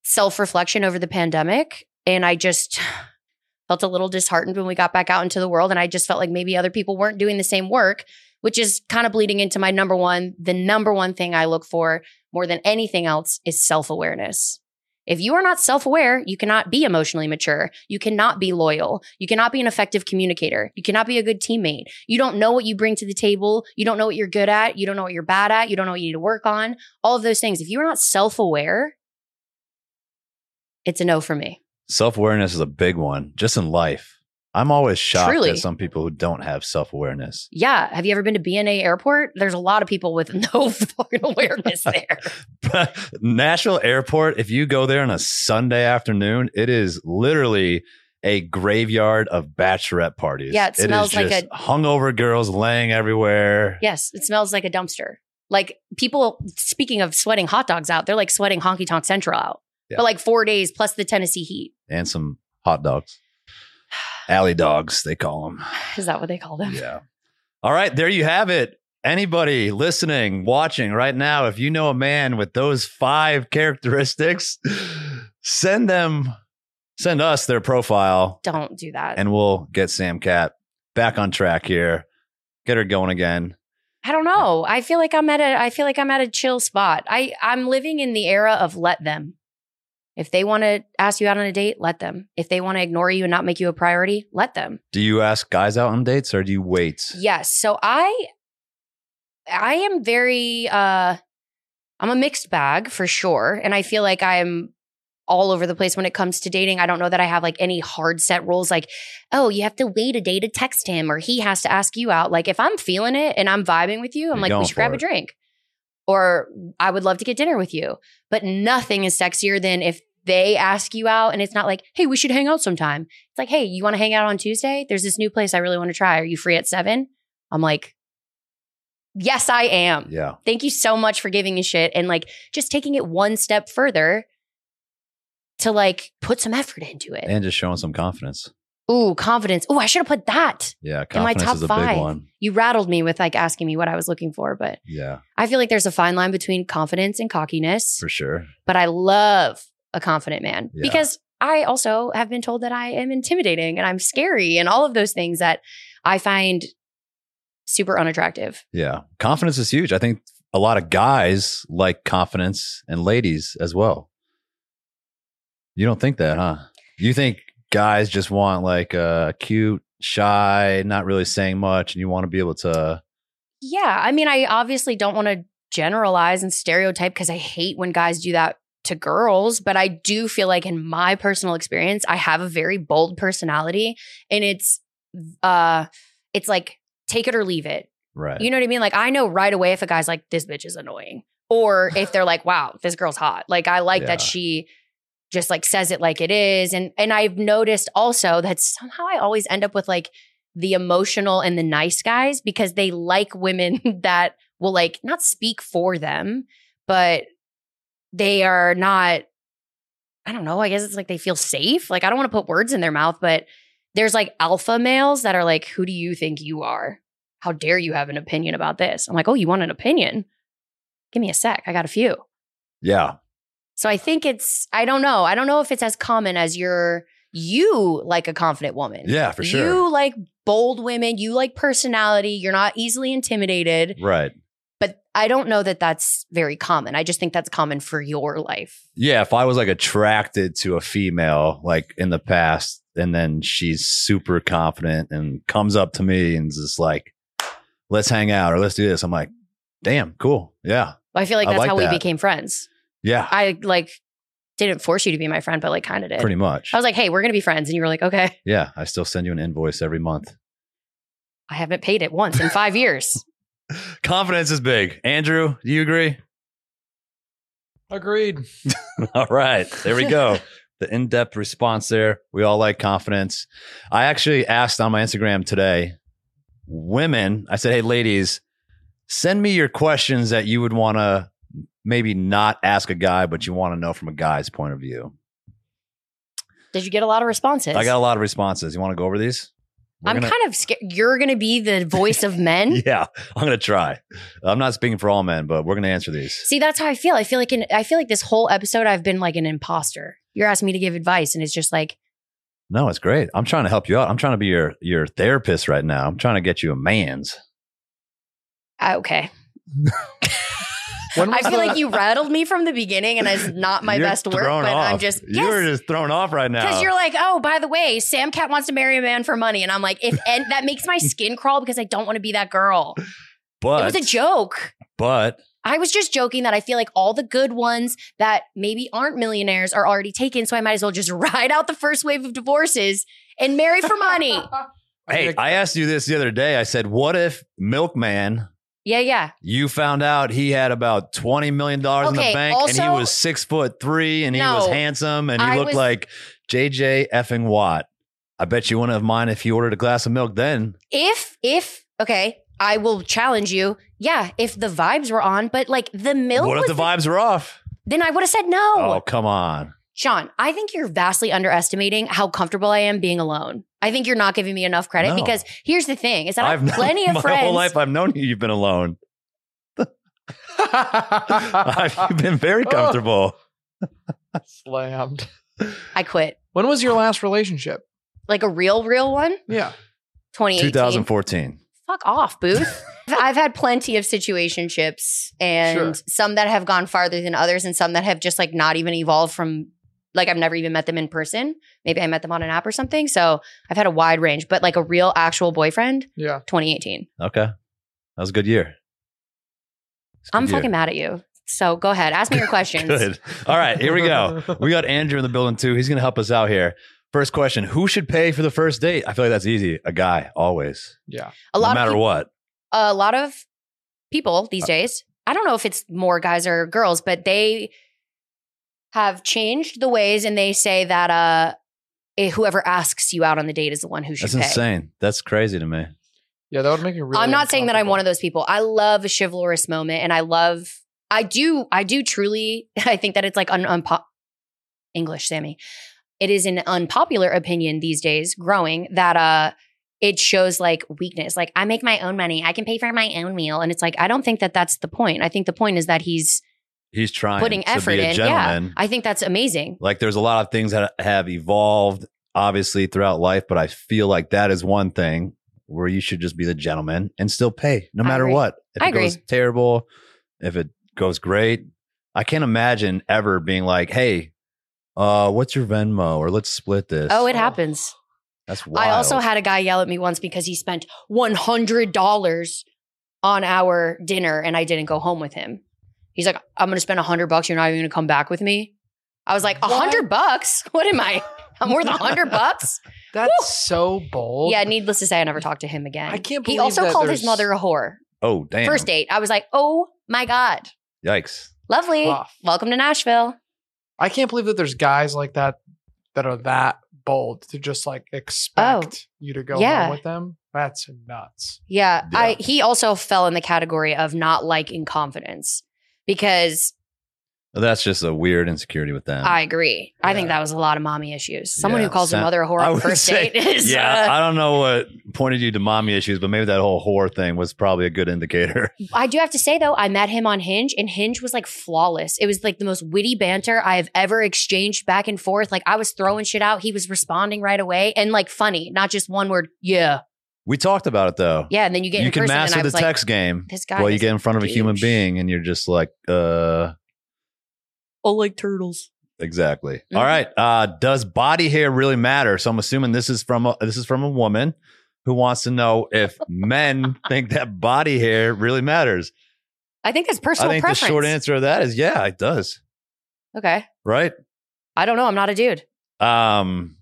[SPEAKER 2] self-reflection over the pandemic and i just felt a little disheartened when we got back out into the world and i just felt like maybe other people weren't doing the same work which is kind of bleeding into my number one the number one thing i look for more than anything else is self-awareness if you are not self aware, you cannot be emotionally mature. You cannot be loyal. You cannot be an effective communicator. You cannot be a good teammate. You don't know what you bring to the table. You don't know what you're good at. You don't know what you're bad at. You don't know what you need to work on. All of those things. If you are not self aware, it's a no for me.
[SPEAKER 1] Self awareness is a big one, just in life. I'm always shocked
[SPEAKER 2] Truly.
[SPEAKER 1] at some people who don't have self awareness.
[SPEAKER 2] Yeah. Have you ever been to BNA Airport? There's a lot of people with no fucking awareness there.
[SPEAKER 1] Nashville Airport, if you go there on a Sunday afternoon, it is literally a graveyard of bachelorette parties.
[SPEAKER 2] Yeah, it smells like
[SPEAKER 1] just hungover girls laying everywhere.
[SPEAKER 2] Yes, it smells like a dumpster. Like people, speaking of sweating hot dogs out, they're like sweating Honky Tonk Central out
[SPEAKER 1] Yeah.
[SPEAKER 2] for like four days plus the Tennessee heat.
[SPEAKER 1] And some hot dogs. Alley dogs, they call them.
[SPEAKER 2] Is that what they call them?
[SPEAKER 1] Yeah. All right, there you have it. Anybody listening, watching right now, if you know a man with those five characteristics, send them, send us their profile,
[SPEAKER 2] Don't do that.
[SPEAKER 1] and we'll get Sam Cat back on track here. Get her going again.
[SPEAKER 2] I don't know. I feel like I'm at a I feel like I'm at a chill spot. I I'm living in the era of let them. If they want to ask you out on a date, let them. If they want to ignore you and not make you a priority, let them.
[SPEAKER 1] Do you ask guys out on dates or do you wait?
[SPEAKER 2] Yes. So I I am very uh I'm a mixed bag for sure. And I feel like I'm all over the place when it comes to dating. I don't know that I have like any hard set rules like, oh, you have to wait a day to text him or he has to ask you out. Like if I'm feeling it and I'm vibing with you, I'm
[SPEAKER 1] You're
[SPEAKER 2] like, we
[SPEAKER 1] going
[SPEAKER 2] should grab
[SPEAKER 1] for
[SPEAKER 2] a
[SPEAKER 1] it.
[SPEAKER 2] drink. Or I would love to get dinner with you. But nothing is sexier than if they ask you out and it's not like, hey, we should hang out sometime. It's like, hey, you want to hang out on Tuesday? There's this new place I really want to try. Are you free at seven? I'm like, yes, I am.
[SPEAKER 1] Yeah.
[SPEAKER 2] Thank you so much for giving me shit and like just taking it one step further to like put some effort into it.
[SPEAKER 1] And just showing some confidence.
[SPEAKER 2] Ooh, confidence. Ooh, I should have put that.
[SPEAKER 1] Yeah,
[SPEAKER 2] In my
[SPEAKER 1] confidence
[SPEAKER 2] top
[SPEAKER 1] is a
[SPEAKER 2] five.
[SPEAKER 1] big one.
[SPEAKER 2] You rattled me with like asking me what I was looking for, but
[SPEAKER 1] Yeah,
[SPEAKER 2] I feel like there's a fine line between confidence and cockiness.
[SPEAKER 1] for sure.
[SPEAKER 2] but I love a confident man
[SPEAKER 1] Yeah.
[SPEAKER 2] because I also have been told that I am intimidating and I'm scary and all of those things that I find super unattractive.
[SPEAKER 1] Yeah, confidence is huge. I think a lot of guys like confidence, and ladies as well. You don't think that, huh? You think guys just want like uh, cute, shy, not really saying much, and you want to be able to.
[SPEAKER 2] Yeah. I mean, I obviously don't want to generalize and stereotype because I hate when guys do that to girls, but I do feel like in my personal experience, I have a very bold personality and it's uh it's like take it or leave it.
[SPEAKER 1] Right.
[SPEAKER 2] You know what I mean? Like I know right away if a guy's like, this bitch is annoying. Or if they're like, wow, this girl's hot. Like I like that
[SPEAKER 1] Yeah.
[SPEAKER 2] she just like says it like it is. And and I've noticed also that somehow I always end up with like the emotional and the nice guys because they like women that will like not speak for them, but they are not, I don't know. I guess it's like they feel safe. Like I don't want to put words in their mouth, but there's like alpha males that are like, who do you think you are? How dare you have an opinion about this? I'm like, oh, you want an opinion? Give me a sec. I got a few.
[SPEAKER 1] yeah.
[SPEAKER 2] So I think it's, I don't know. I don't know if it's as common as your, you like a confident woman.
[SPEAKER 1] Yeah, for sure.
[SPEAKER 2] You like bold women. You like personality. You're not easily intimidated.
[SPEAKER 1] right.
[SPEAKER 2] But I don't know that that's very common. I just think that's common for your life.
[SPEAKER 1] Yeah, if I was like attracted to a female like in the past, and then she's super confident and comes up to me and is just like, "Let's hang out" or "Let's do this," I'm like, "Damn, cool, yeah,
[SPEAKER 2] I feel like
[SPEAKER 1] I
[SPEAKER 2] that's
[SPEAKER 1] like
[SPEAKER 2] how
[SPEAKER 1] that.
[SPEAKER 2] we became friends.
[SPEAKER 1] yeah,
[SPEAKER 2] I like didn't force you to be my friend, but like kind of did.
[SPEAKER 1] pretty much."
[SPEAKER 2] I was like, hey, we're going to be friends. And you were like, okay,
[SPEAKER 1] yeah, I still send you an invoice every month.
[SPEAKER 2] I haven't paid it once in five years.
[SPEAKER 1] Confidence is big. Andrew, do you agree?
[SPEAKER 3] Agreed.
[SPEAKER 1] All right. There we go. the in depth response there. We all like confidence. I actually asked on my Instagram today women, I said, hey, ladies, send me your questions that you would want to maybe not ask a guy, but you want to know from a guy's point of view.
[SPEAKER 2] Did you get a lot of responses?
[SPEAKER 1] I got a lot of responses. You want to go over these? We're
[SPEAKER 2] I'm
[SPEAKER 1] gonna-
[SPEAKER 2] kind of scared. You're going to be the voice of men.
[SPEAKER 1] yeah, I'm going to try. I'm not speaking for all men, but we're going to answer these.
[SPEAKER 2] See, that's how I feel. I feel like in, I feel like this whole episode I've been like an imposter. You're asking me to give advice, and it's just like
[SPEAKER 1] No, it's great. I'm trying to help you out. I'm trying to be your your therapist right now. I'm trying to get you a man's.
[SPEAKER 2] ah, okay.
[SPEAKER 3] When
[SPEAKER 2] I
[SPEAKER 3] was
[SPEAKER 2] feel
[SPEAKER 3] the-
[SPEAKER 2] like you rattled me from the beginning, and it's not my
[SPEAKER 1] You're
[SPEAKER 2] best work.
[SPEAKER 1] thrown
[SPEAKER 2] But I'm
[SPEAKER 1] off.
[SPEAKER 2] just
[SPEAKER 1] you were just thrown off right now.
[SPEAKER 2] because you're like, oh, by the way, Sam Cat wants to marry a man for money, and I'm like, if and that makes my skin crawl because I don't want to be that girl.
[SPEAKER 1] but
[SPEAKER 2] it was a joke.
[SPEAKER 1] But
[SPEAKER 2] I was just joking that I feel like all the good ones that maybe aren't millionaires are already taken, so I might as well just ride out the first wave of divorces and marry for money.
[SPEAKER 1] hey,
[SPEAKER 3] think-
[SPEAKER 1] I asked you this the other day. I said, "What if Milkman?"
[SPEAKER 2] yeah, yeah.
[SPEAKER 1] You found out he had about twenty million dollars in
[SPEAKER 2] Okay,
[SPEAKER 1] the bank, and he
[SPEAKER 2] also-
[SPEAKER 1] was six foot three, and he was
[SPEAKER 2] No.
[SPEAKER 1] handsome, and he
[SPEAKER 2] I
[SPEAKER 1] looked
[SPEAKER 2] was-
[SPEAKER 1] like JJ effing Watt. I bet you wouldn't have mind if you ordered a glass of milk then.
[SPEAKER 2] if if okay i will challenge you yeah if the vibes were on but like the milk
[SPEAKER 1] what if
[SPEAKER 2] was
[SPEAKER 1] the vibes were off?
[SPEAKER 2] then i would have said no
[SPEAKER 1] Oh, come on!
[SPEAKER 2] sean i think you're vastly underestimating how comfortable i am being alone i think you're not giving me enough credit
[SPEAKER 1] No.
[SPEAKER 2] because here's the thing is that i have
[SPEAKER 1] known-
[SPEAKER 2] plenty of
[SPEAKER 1] my
[SPEAKER 2] friends
[SPEAKER 1] whole life. I've known you. You've been alone. I've been very comfortable.
[SPEAKER 3] slammed.
[SPEAKER 2] i quit
[SPEAKER 3] When was your last relationship?
[SPEAKER 2] like a real real one
[SPEAKER 3] Yeah.
[SPEAKER 2] 2018
[SPEAKER 1] 2014.
[SPEAKER 2] fuck off booth i've had plenty of situationships and
[SPEAKER 3] Sure.
[SPEAKER 2] some that have gone farther than others and some that have just like not even evolved from like i've never even met them in person maybe i met them on an app or something so i've had a wide range but like a real actual boyfriend
[SPEAKER 3] Yeah.
[SPEAKER 2] 2018
[SPEAKER 1] Okay. That was a good year. It's a
[SPEAKER 2] i'm
[SPEAKER 1] good year.
[SPEAKER 2] fucking mad at you so go ahead ask me your questions
[SPEAKER 1] good. All right, here we go. We got Andrew in the building too. He's going to help us out here. First question Who should pay for the first date? I feel like that's easy. A guy, always.
[SPEAKER 3] yeah.
[SPEAKER 2] a
[SPEAKER 1] no
[SPEAKER 2] lot
[SPEAKER 1] matter
[SPEAKER 2] of peop-
[SPEAKER 1] what.
[SPEAKER 2] a lot of people these days i don't know if it's more guys or girls but they have changed the ways and they say that uh eh, whoever asks you out on the date is the one who should
[SPEAKER 1] That's
[SPEAKER 2] pay
[SPEAKER 1] insane. That's crazy to me.
[SPEAKER 3] Yeah, that would make me really
[SPEAKER 2] I'm not saying that I'm one
[SPEAKER 3] uncomfortable.
[SPEAKER 2] of those people. I love a chivalrous moment and I love I do I do truly I think that it's like un, unpo- English Sammy. it is an unpopular opinion these days growing that uh it shows like weakness like i make my own money i can pay for my own meal and it's like i don't think that that's the point i think the point is that he's
[SPEAKER 1] He's trying
[SPEAKER 2] putting
[SPEAKER 1] to
[SPEAKER 2] effort
[SPEAKER 1] be a
[SPEAKER 2] in
[SPEAKER 1] gentleman.
[SPEAKER 2] yeah i think that's amazing
[SPEAKER 1] Like there's a lot of things that have evolved obviously throughout life, but I feel like that is one thing where you should just be the gentleman and still pay no
[SPEAKER 2] I
[SPEAKER 1] matter
[SPEAKER 2] agree.
[SPEAKER 1] what. If
[SPEAKER 2] I
[SPEAKER 1] it
[SPEAKER 2] agree.
[SPEAKER 1] goes terrible, if it goes great, I can't imagine ever being like, "Hey, uh, what's your Venmo?" or "Let's split this."
[SPEAKER 2] oh it
[SPEAKER 3] Oh.
[SPEAKER 2] happens
[SPEAKER 1] that's wild.
[SPEAKER 2] I also had a guy yell at me once because he spent $100 on our dinner and I didn't go home with him. He's like, I'm going to spend 100 bucks. You're not even going to come back with me. I was like, "A
[SPEAKER 3] What?
[SPEAKER 2] 100 bucks? What am I? I'm worth 100 bucks?
[SPEAKER 3] That's so bold.
[SPEAKER 2] Yeah, needless to say, I never talked to him again.
[SPEAKER 3] I can't
[SPEAKER 2] He
[SPEAKER 3] believe
[SPEAKER 2] also
[SPEAKER 3] that
[SPEAKER 2] called his
[SPEAKER 3] there's-
[SPEAKER 2] mother a whore.
[SPEAKER 1] oh damn
[SPEAKER 2] First date. I was like, oh my God.
[SPEAKER 1] Yikes!
[SPEAKER 2] Lovely.
[SPEAKER 3] Rough.
[SPEAKER 2] Welcome to Nashville.
[SPEAKER 3] I can't believe that there's guys like that that are that bold to just like expect you to go
[SPEAKER 2] Oh, yeah.
[SPEAKER 3] home with them. That's nuts.
[SPEAKER 2] Yeah,
[SPEAKER 1] Yeah.
[SPEAKER 2] I he also fell in the category of not liking confidence because
[SPEAKER 1] That's just a weird insecurity with them.
[SPEAKER 2] I agree. I think
[SPEAKER 3] Yeah.
[SPEAKER 2] that was a lot of mommy issues. Someone
[SPEAKER 1] Yeah.
[SPEAKER 2] who calls
[SPEAKER 1] Sa-
[SPEAKER 2] her mother a whore
[SPEAKER 1] I
[SPEAKER 2] on
[SPEAKER 1] would
[SPEAKER 2] first
[SPEAKER 1] say-
[SPEAKER 2] date is
[SPEAKER 1] yeah,
[SPEAKER 2] uh,
[SPEAKER 1] I don't know what pointed you to mommy issues, but maybe that whole whore thing was probably a good indicator.
[SPEAKER 2] I do have to say though, I met him on Hinge and Hinge was like flawless. It was like the most witty banter I have ever exchanged back and forth. Like I was throwing shit out, he was responding right away and like funny, not just one word, yeah.
[SPEAKER 1] We talked about it though.
[SPEAKER 2] Yeah, and then you get
[SPEAKER 1] you
[SPEAKER 2] in
[SPEAKER 1] can
[SPEAKER 2] person and
[SPEAKER 1] master
[SPEAKER 2] I
[SPEAKER 1] the
[SPEAKER 2] was like
[SPEAKER 1] text game
[SPEAKER 2] this guy
[SPEAKER 1] while you
[SPEAKER 2] is
[SPEAKER 1] get in front of a human
[SPEAKER 2] douche.
[SPEAKER 1] being and you're just like uh
[SPEAKER 2] oh like turtles.
[SPEAKER 1] exactly
[SPEAKER 2] Mhm.
[SPEAKER 1] All right uh does body hair really matter so i'm assuming this is from a, this is from a woman who wants to know if men think that body hair really matters
[SPEAKER 2] I think that's personal
[SPEAKER 1] i think
[SPEAKER 2] preference.
[SPEAKER 1] the short answer of that is yeah it does
[SPEAKER 2] Okay.
[SPEAKER 1] right
[SPEAKER 2] I don't know. I'm not a dude.
[SPEAKER 1] um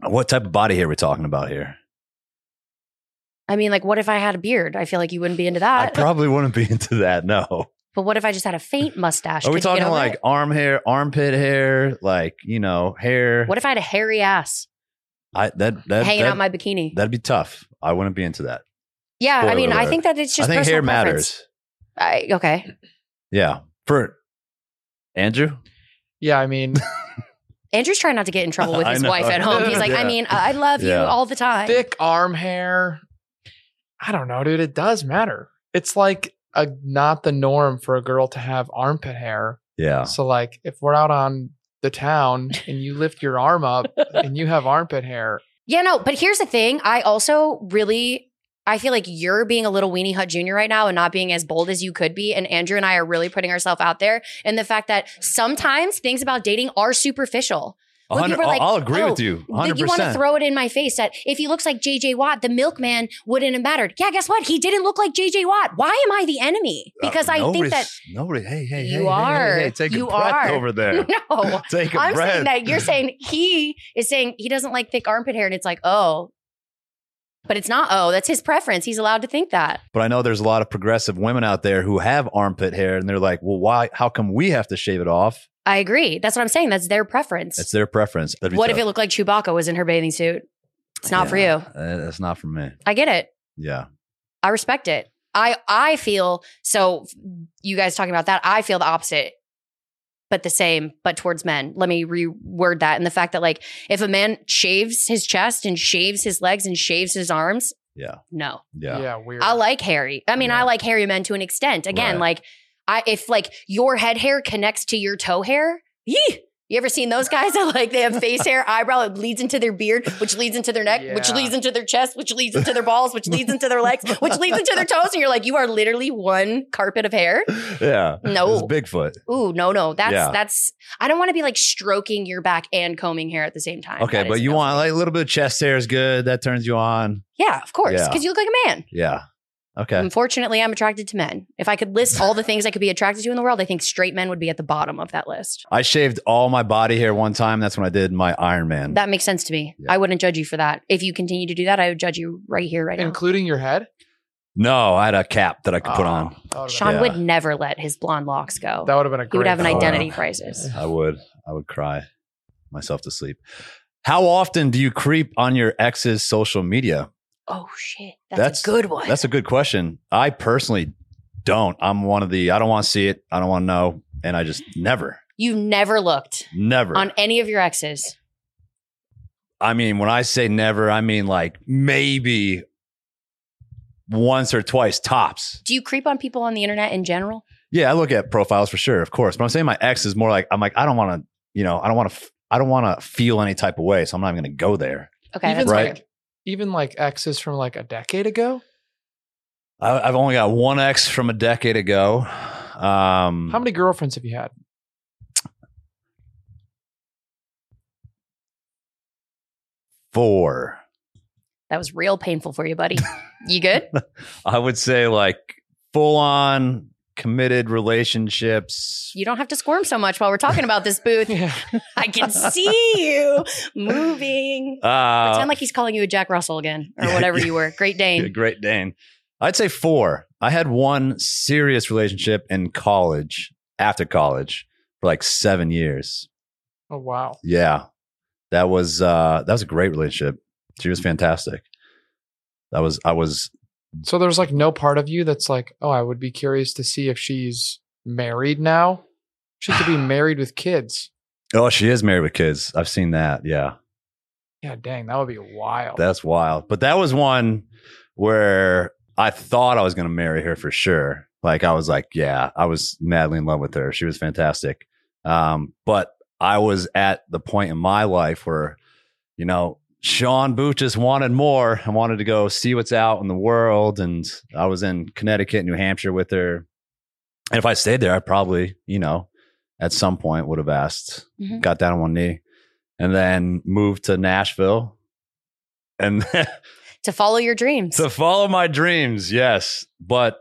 [SPEAKER 1] what type of body hair are we talking about here
[SPEAKER 2] I mean, like, what if I had a beard? I feel like you wouldn't be into
[SPEAKER 1] i
[SPEAKER 2] that.
[SPEAKER 1] probably wouldn't be into that no
[SPEAKER 2] but what if I just had a faint mustache?
[SPEAKER 1] are we
[SPEAKER 2] Could you get
[SPEAKER 1] talking
[SPEAKER 2] over
[SPEAKER 1] like
[SPEAKER 2] it?
[SPEAKER 1] arm hair armpit hair like you know hair
[SPEAKER 2] what if I had a hairy ass?
[SPEAKER 1] i that that
[SPEAKER 2] hanging
[SPEAKER 1] that,
[SPEAKER 2] out my bikini.
[SPEAKER 1] That'd be tough. I wouldn't be into that.
[SPEAKER 2] yeah, I
[SPEAKER 1] spoiler
[SPEAKER 2] mean, I
[SPEAKER 1] alert.
[SPEAKER 2] think that it's just
[SPEAKER 1] I think hair
[SPEAKER 2] personal preference.
[SPEAKER 1] matters.
[SPEAKER 2] I, okay,
[SPEAKER 1] Yeah. For Andrew?
[SPEAKER 3] Yeah, I mean,
[SPEAKER 2] Andrew's trying not to get in trouble with
[SPEAKER 1] I
[SPEAKER 2] his
[SPEAKER 1] know.
[SPEAKER 2] wife at home. He's like, I
[SPEAKER 1] Yeah.
[SPEAKER 2] mean, I I love you
[SPEAKER 1] Yeah.
[SPEAKER 2] all the time.
[SPEAKER 3] thick arm hair. I don't know, dude. It does matter. It's like a not the norm for a girl to have armpit hair.
[SPEAKER 1] Yeah.
[SPEAKER 3] So like if we're out on the town and you lift your arm up and you have armpit hair,
[SPEAKER 2] Yeah, no, but here's the thing. I also really, I feel like you're being a little weenie hut junior right now and not being as bold as you could be. And Andrew and I are really putting ourselves out there. And the fact that sometimes things about dating are superficial. When
[SPEAKER 1] 100
[SPEAKER 2] people are like,
[SPEAKER 1] I'll, I'll agree
[SPEAKER 2] "Oh,
[SPEAKER 1] with you. 100%.
[SPEAKER 2] Like you want to throw it in my face that if he looks like JJ Watt, the milkman wouldn't have mattered. Yeah, guess what? He didn't look like JJ Watt. Why am I the enemy?
[SPEAKER 1] Uh,
[SPEAKER 2] Because I think
[SPEAKER 1] nobody's-
[SPEAKER 2] that
[SPEAKER 1] Nobody, hey, hey,
[SPEAKER 2] You
[SPEAKER 1] hey, hey, hey,
[SPEAKER 2] are.
[SPEAKER 1] Hey, take
[SPEAKER 2] You
[SPEAKER 1] a breath
[SPEAKER 2] are.
[SPEAKER 1] over there.
[SPEAKER 2] no.
[SPEAKER 1] Take a
[SPEAKER 2] I'm
[SPEAKER 1] breath.
[SPEAKER 2] saying that you're saying he is saying he doesn't like thick armpit hair, and it's like, oh. But it's not oh, that's his preference. He's allowed to think that.
[SPEAKER 1] But I know there's a lot of progressive women out there who have armpit hair and they're like, well, why? How come we have to shave it off?
[SPEAKER 2] I agree. That's what I'm saying. That's their preference.
[SPEAKER 1] It's their preference. That'd be
[SPEAKER 2] what if
[SPEAKER 1] tough.
[SPEAKER 2] it looked like Chewbacca was in her bathing suit? It's not for
[SPEAKER 1] Yeah.
[SPEAKER 2] you.
[SPEAKER 1] Uh, That's not for me.
[SPEAKER 2] I get it.
[SPEAKER 1] Yeah.
[SPEAKER 2] I respect it. I I feel so you guys talking about that, I feel the opposite. But the same, but towards men. Let me reword that. And the fact that, like, if a man shaves his chest and shaves his legs and shaves his arms,
[SPEAKER 1] Yeah.
[SPEAKER 2] no.
[SPEAKER 1] Yeah.
[SPEAKER 3] yeah, weird.
[SPEAKER 2] I like hairy. I mean,
[SPEAKER 1] Yeah.
[SPEAKER 2] I like hairy men to an extent. Again,
[SPEAKER 1] Right.
[SPEAKER 2] like I if like your head hair connects to your toe hair, yee. You ever seen those guys that like they have face hair, eyebrow, it leads into their beard, which leads into their neck, which
[SPEAKER 3] Yeah.
[SPEAKER 2] leads into their chest, which leads into their balls, which leads into their legs, which leads into their toes, and you're like, you are literally one carpet of hair.
[SPEAKER 1] Yeah.
[SPEAKER 2] No.
[SPEAKER 1] It's Bigfoot.
[SPEAKER 2] Ooh, no, no, that's
[SPEAKER 1] Yeah.
[SPEAKER 2] that's. I don't want to be like stroking your back and combing hair at the same time.
[SPEAKER 1] Okay.
[SPEAKER 2] That
[SPEAKER 1] But
[SPEAKER 2] is
[SPEAKER 1] you
[SPEAKER 2] no-
[SPEAKER 1] want like, a little bit of chest hair is good. That turns you on.
[SPEAKER 2] yeah, of course,
[SPEAKER 1] Yeah.
[SPEAKER 2] because you look like a man.
[SPEAKER 1] Yeah. Okay.
[SPEAKER 2] Mm-hmm. Unfortunately, I'm attracted to men. If I could list all the things I could be attracted to in the world, I think straight men would be at the bottom of that list.
[SPEAKER 1] I shaved all my body hair one time. That's when I did my Iron Man.
[SPEAKER 2] That makes sense to me.
[SPEAKER 1] Yeah.
[SPEAKER 2] I wouldn't judge you for that. If you continue to do that, I would judge you right here, right now.
[SPEAKER 3] including your head.
[SPEAKER 1] no, I had a cap that I could put on.
[SPEAKER 3] Ah.
[SPEAKER 2] Sean
[SPEAKER 1] Yeah.
[SPEAKER 2] would never let his blonde locks go.
[SPEAKER 3] That would have been a great
[SPEAKER 2] he would have an
[SPEAKER 1] Oh,
[SPEAKER 3] photo.
[SPEAKER 2] identity
[SPEAKER 1] wow.
[SPEAKER 2] crisis.
[SPEAKER 1] I would. I would cry myself to sleep. How often do you creep on your ex's social media?
[SPEAKER 2] Oh shit, that's,
[SPEAKER 1] That's-
[SPEAKER 2] a good one.
[SPEAKER 1] That's a good question. I personally don't. I'm one of the I don't want to see it. I don't want to know. And I just never,
[SPEAKER 2] you never looked
[SPEAKER 1] never.
[SPEAKER 2] on any of your exes.
[SPEAKER 1] I mean, when I say never, I mean like maybe once or twice tops.
[SPEAKER 2] Do you creep on people on the internet in general?
[SPEAKER 1] Yeah, I look at profiles for sure, of course. But I'm saying my ex is more like I'm like I don't want to, you know, I don't want to, I don't want to feel any type of way, so I'm not even going to go there.
[SPEAKER 2] Okay.
[SPEAKER 3] even
[SPEAKER 2] that's
[SPEAKER 1] right.
[SPEAKER 2] weird.
[SPEAKER 3] like even like exes from like a decade ago.
[SPEAKER 1] I, I've only got one ex from a decade ago. Um,
[SPEAKER 3] How many girlfriends have you had?
[SPEAKER 1] Four.
[SPEAKER 2] That was real painful for you, buddy. You good?
[SPEAKER 1] I would say like full on committed relationships.
[SPEAKER 2] You don't have to squirm so much while we're talking about this booth.
[SPEAKER 3] Yeah.
[SPEAKER 2] I can see you moving.
[SPEAKER 1] Uh,
[SPEAKER 2] Sound like he's calling you a Jack Russell again or
[SPEAKER 1] Yeah,
[SPEAKER 2] whatever
[SPEAKER 1] yeah.
[SPEAKER 2] you were. Great
[SPEAKER 1] Yeah,
[SPEAKER 2] Dane.
[SPEAKER 1] Great Dane. I'd say four. I had one serious relationship in college, after college, for like seven years.
[SPEAKER 3] Oh wow.
[SPEAKER 1] Yeah. That was uh that was a great relationship. She was fantastic. That was I was
[SPEAKER 3] So there's like no part of you that's like, oh, I would be curious to see if she's married now. She could be married with kids.
[SPEAKER 1] oh, she is married with kids. I've seen that. Yeah.
[SPEAKER 3] Yeah, dang, that would be wild.
[SPEAKER 1] Oh. That's wild. But that was one where I thought I was going to marry her for sure. Like I was like, yeah, I was madly in love with her. She was fantastic. Um, but I was at the point in my life where, you know, Sean Boot just wanted more. I wanted to go see what's out in the world. And I was in Connecticut, New Hampshire with her. And if I stayed there, I probably, you know, at some point would have asked,
[SPEAKER 2] Mhm.
[SPEAKER 1] got down on one knee, and then moved to Nashville. And
[SPEAKER 2] To follow your dreams.
[SPEAKER 1] to follow my dreams, yes. But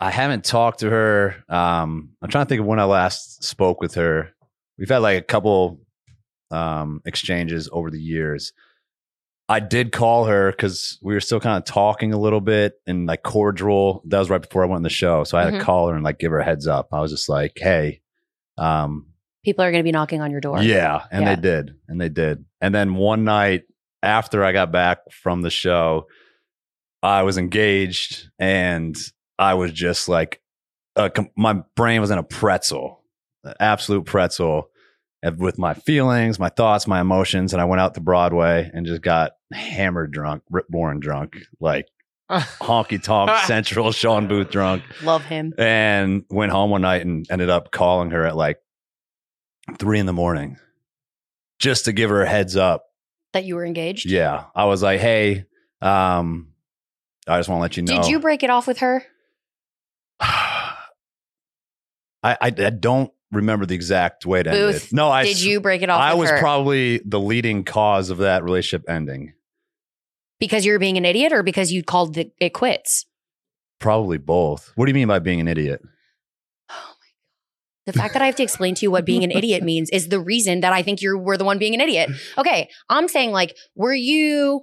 [SPEAKER 1] I haven't talked to her. Um, I'm trying to think of when I last spoke with her. We've had like a couple um, exchanges over the years. I did call her because we were still kind of talking a little bit and like cordial. That was right before I went on the show, so I had
[SPEAKER 2] Mhm.
[SPEAKER 1] to call her and like give her a heads up. I was just like, "Hey, um,
[SPEAKER 2] People are going to be knocking on your door.
[SPEAKER 1] yeah, and
[SPEAKER 2] Yeah.
[SPEAKER 1] they did, and they did. And then one night after I got back from the show, I was engaged, and I was just like, uh, com- my brain was in a pretzel, an absolute pretzel, and with my feelings, my thoughts, my emotions, and I went out to Broadway and just got hammered drunk, Rip Warren drunk, like honky tonk central Sean Booth drunk
[SPEAKER 2] Love him.
[SPEAKER 1] and went home one night and ended up calling her at like three in the morning just to give her a heads up.
[SPEAKER 2] That you were engaged.
[SPEAKER 1] Yeah. I was like, hey, um, I just want to let you know.
[SPEAKER 2] Did you break it off with her?
[SPEAKER 1] I, I, I don't remember the exact way to end
[SPEAKER 2] Booth,
[SPEAKER 1] it. No, I,
[SPEAKER 2] Did
[SPEAKER 1] s-
[SPEAKER 2] you break it off
[SPEAKER 1] I
[SPEAKER 2] with
[SPEAKER 1] was
[SPEAKER 2] her?
[SPEAKER 1] probably the leading cause of that relationship ending.
[SPEAKER 2] because you were being an idiot or because you called the, it quits?
[SPEAKER 1] Probably both. What do you mean by being an idiot?
[SPEAKER 2] The fact that I have to explain to you what being an idiot means is the reason that I think you were the one being an idiot. Okay. I'm saying, like, were you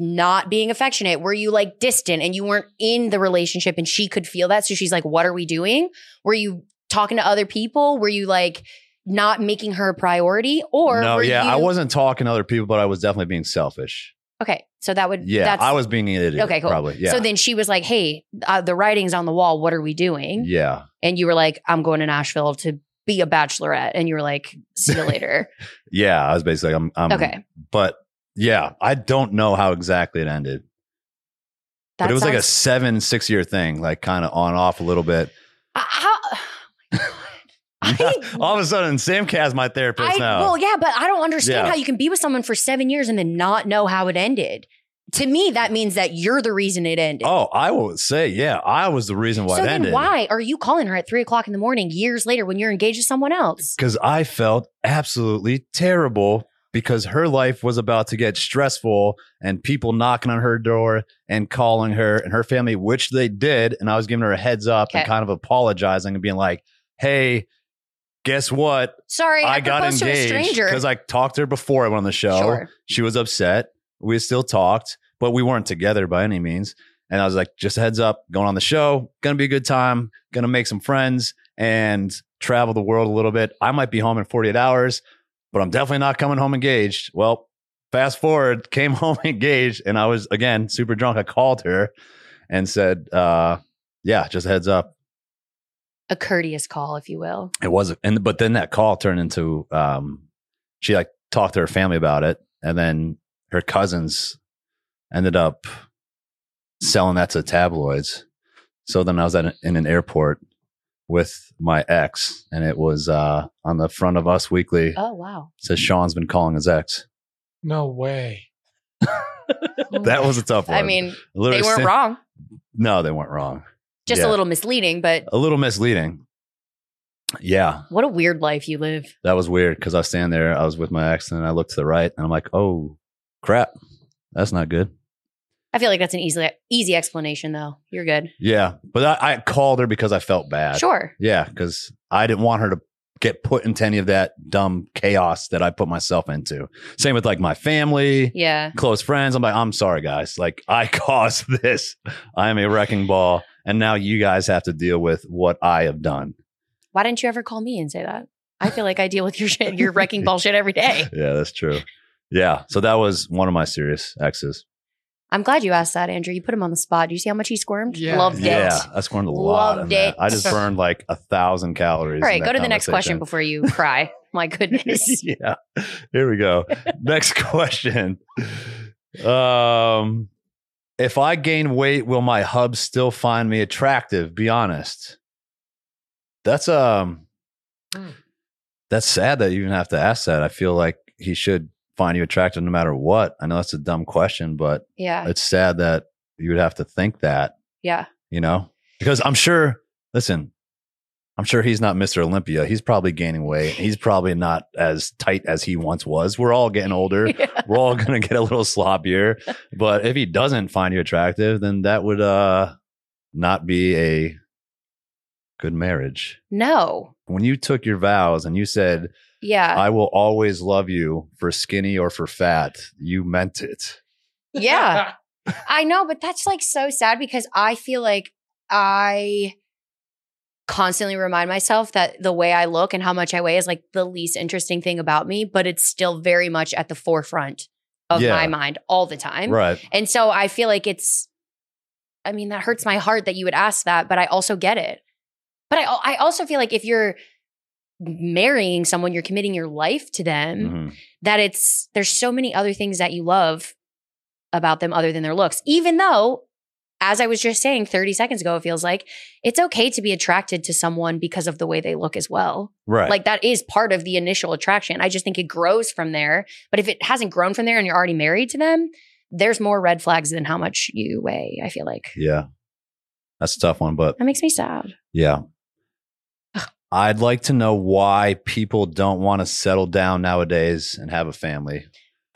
[SPEAKER 2] not being affectionate? Were you like distant and you weren't in the relationship and she could feel that? So she's like, what are we doing? Were you talking to other people? Were you like not making her a priority? Or
[SPEAKER 1] no,
[SPEAKER 2] were
[SPEAKER 1] yeah,
[SPEAKER 2] you,
[SPEAKER 1] I wasn't talking to other people, but I was definitely being selfish.
[SPEAKER 2] Okay. So that would,
[SPEAKER 1] Yeah,
[SPEAKER 2] that's,
[SPEAKER 1] I was being an idiot.
[SPEAKER 2] Okay, cool.
[SPEAKER 1] Probably. Yeah.
[SPEAKER 2] So then she was like, hey, uh, the writing's on the wall. What are we doing?
[SPEAKER 1] yeah.
[SPEAKER 2] And you were like, I'm going to Nashville to be a bachelorette. And you were like, see you later.
[SPEAKER 1] Yeah, I was basically I'm, I'm
[SPEAKER 2] okay.
[SPEAKER 1] but yeah, I don't know how exactly it ended.
[SPEAKER 2] That
[SPEAKER 1] but it was like a
[SPEAKER 2] sounds-
[SPEAKER 1] seven, six year thing, like kind of on off a little bit.
[SPEAKER 2] Uh, how- I,
[SPEAKER 1] All of a sudden, Sam Cas my therapist
[SPEAKER 2] I
[SPEAKER 1] now.
[SPEAKER 2] well, yeah, but I don't understand
[SPEAKER 1] Yeah.
[SPEAKER 2] how you can be with someone for seven years and then not know how it ended. To me, that means that you're the reason it ended.
[SPEAKER 1] oh, I will say, yeah, I was the reason why
[SPEAKER 2] so
[SPEAKER 1] it
[SPEAKER 2] then,
[SPEAKER 1] ended.
[SPEAKER 2] why are you calling her at three o'clock in the morning years later when you're engaged to someone else?
[SPEAKER 1] Because I felt absolutely terrible because her life was about to get stressful and people knocking on her door and calling her and her family, which they did. And I was giving her a heads up and
[SPEAKER 2] Okay.
[SPEAKER 1] kind of apologizing and being like, hey, guess what?
[SPEAKER 2] Sorry, I,
[SPEAKER 1] I got
[SPEAKER 2] proposed
[SPEAKER 1] engaged
[SPEAKER 2] to a stranger.
[SPEAKER 1] because I talked to her before I went on the show.
[SPEAKER 2] Sure.
[SPEAKER 1] She was upset. We still talked, but we weren't together by any means. And I was like, just a heads up, going on the show, gonna be a good time, gonna make some friends and travel the world a little bit. I might be home in 48 hours, but I'm definitely not coming home engaged. Well, fast forward, came home engaged, and I was again super drunk. I called her and said, uh, yeah, just a heads up,
[SPEAKER 2] a courteous call, if you will.
[SPEAKER 1] it was and but then that call turned into um she like talked to her family about it and then her cousins ended up selling that to tabloids. So then I was at an, in an airport with my ex, and it was uh, on the front of Us Weekly. It
[SPEAKER 2] Oh wow.
[SPEAKER 1] says Sean's been calling his ex.
[SPEAKER 3] No way.
[SPEAKER 1] That was a tough one.
[SPEAKER 2] I mean,
[SPEAKER 1] Literally
[SPEAKER 2] they weren't
[SPEAKER 1] sin-
[SPEAKER 2] wrong.
[SPEAKER 1] No, they weren't wrong.
[SPEAKER 2] Just
[SPEAKER 1] Yeah.
[SPEAKER 2] a little misleading, but
[SPEAKER 1] A little misleading. Yeah,
[SPEAKER 2] what a weird life you live.
[SPEAKER 1] that was weird because I was standing there. I was with my ex, and I looked to the right, and I'm like, "Oh crap, that's not good."
[SPEAKER 2] I feel like that's an easy easy explanation though. You're good.
[SPEAKER 1] Yeah, but I, I called her because I felt bad.
[SPEAKER 2] Sure.
[SPEAKER 1] Yeah, because I didn't want her to get put into any of that dumb chaos that I put myself into. Same with like my family,
[SPEAKER 2] Yeah.
[SPEAKER 1] close friends. I'm like, I'm sorry, guys. Like, I caused this. I am a wrecking ball. And now you guys have to deal with what I have done.
[SPEAKER 2] Why didn't you ever call me and say that? I feel like I deal with your shit, your wrecking ball shit every day.
[SPEAKER 1] Yeah, that's true. Yeah. So that was one of my serious exes.
[SPEAKER 2] I'm glad you asked that, Andrew. You put him on the spot. Do you see how much he squirmed?
[SPEAKER 3] Yeah.
[SPEAKER 2] Loved it.
[SPEAKER 1] Yeah. I scorned a lot.
[SPEAKER 2] Loved
[SPEAKER 1] on that.
[SPEAKER 2] it.
[SPEAKER 1] I just burned like a thousand calories.
[SPEAKER 2] All
[SPEAKER 1] in
[SPEAKER 2] right,
[SPEAKER 1] that
[SPEAKER 2] go to the next question
[SPEAKER 1] conversation.
[SPEAKER 2] before you cry. My goodness.
[SPEAKER 1] yeah. Here we go. Next question. Um, if I gain weight, will my hubs still find me attractive? Be honest. That's um,
[SPEAKER 3] Hmm.
[SPEAKER 1] that's sad that you even have to ask that. I feel like he should find you attractive no matter what. I know that's a dumb question, but
[SPEAKER 2] Yeah.
[SPEAKER 1] it's sad that you would have to think that
[SPEAKER 2] Yeah.
[SPEAKER 1] you know? Because I'm sure, listen, I'm sure he's not Mr. Olympia. He's probably gaining weight. He's probably not as tight as he once was. We're all getting older. We're all going to get a little sloppier. But if he doesn't find you attractive, then that would uh not be a good marriage.
[SPEAKER 2] No.
[SPEAKER 1] When you took your vows and you said,
[SPEAKER 2] Yeah.
[SPEAKER 1] I will always love you for skinny or for fat, you meant it.
[SPEAKER 2] Yeah. I know, but that's like so sad because I feel like I constantly remind myself that the way I look and how much I weigh is like the least interesting thing about me, but it's still very much at the forefront of
[SPEAKER 1] Yeah.
[SPEAKER 2] my mind all the time.
[SPEAKER 1] right.
[SPEAKER 2] And so I feel like it's I mean that hurts my heart that you would ask that, but I also get it. But I al- I also feel like if you're marrying someone, you're committing your life to them
[SPEAKER 1] Mhm.
[SPEAKER 2] that it's there's so many other things that you love about them other than their looks. Even though, as I was just saying 30 seconds ago, it feels like it's okay to be attracted to someone because of the way they look as well.
[SPEAKER 1] Right.
[SPEAKER 2] Like that is part of the initial attraction. I just think it grows from there. But if it hasn't grown from there and you're already married to them, there's more red flags than how much you weigh, I feel like.
[SPEAKER 1] yeah. That's a tough one, but
[SPEAKER 2] That makes me sad.
[SPEAKER 1] Yeah. I'd like to know why people don't want to settle down nowadays and have a family.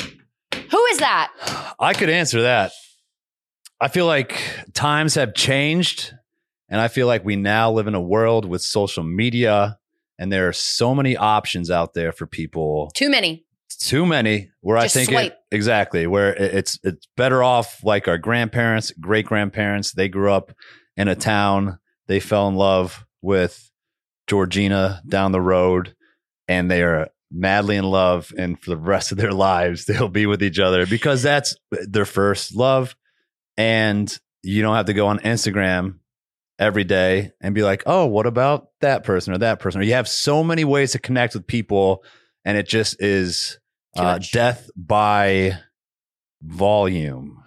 [SPEAKER 2] Who is that?
[SPEAKER 1] I could answer that. I feel like times have changed, and I feel like we now live in a world with social media, and there are so many options out there for people.
[SPEAKER 2] Too many.
[SPEAKER 1] Too many. Where
[SPEAKER 2] Just
[SPEAKER 1] I think
[SPEAKER 2] swipe.
[SPEAKER 1] it, exactly where it- it's it's better off like our grandparents, great grandparents. They grew up in a town. They fell in love with Georgina down the road, and they are madly in love. And for the rest of their lives, they'll be with each other because that's their first love. And you don't have to go on Instagram every day and be like, oh, what about that person or that person? Or you have so many ways to connect with people, and it just is
[SPEAKER 2] Too
[SPEAKER 1] uh,
[SPEAKER 2] much.
[SPEAKER 1] death by volume.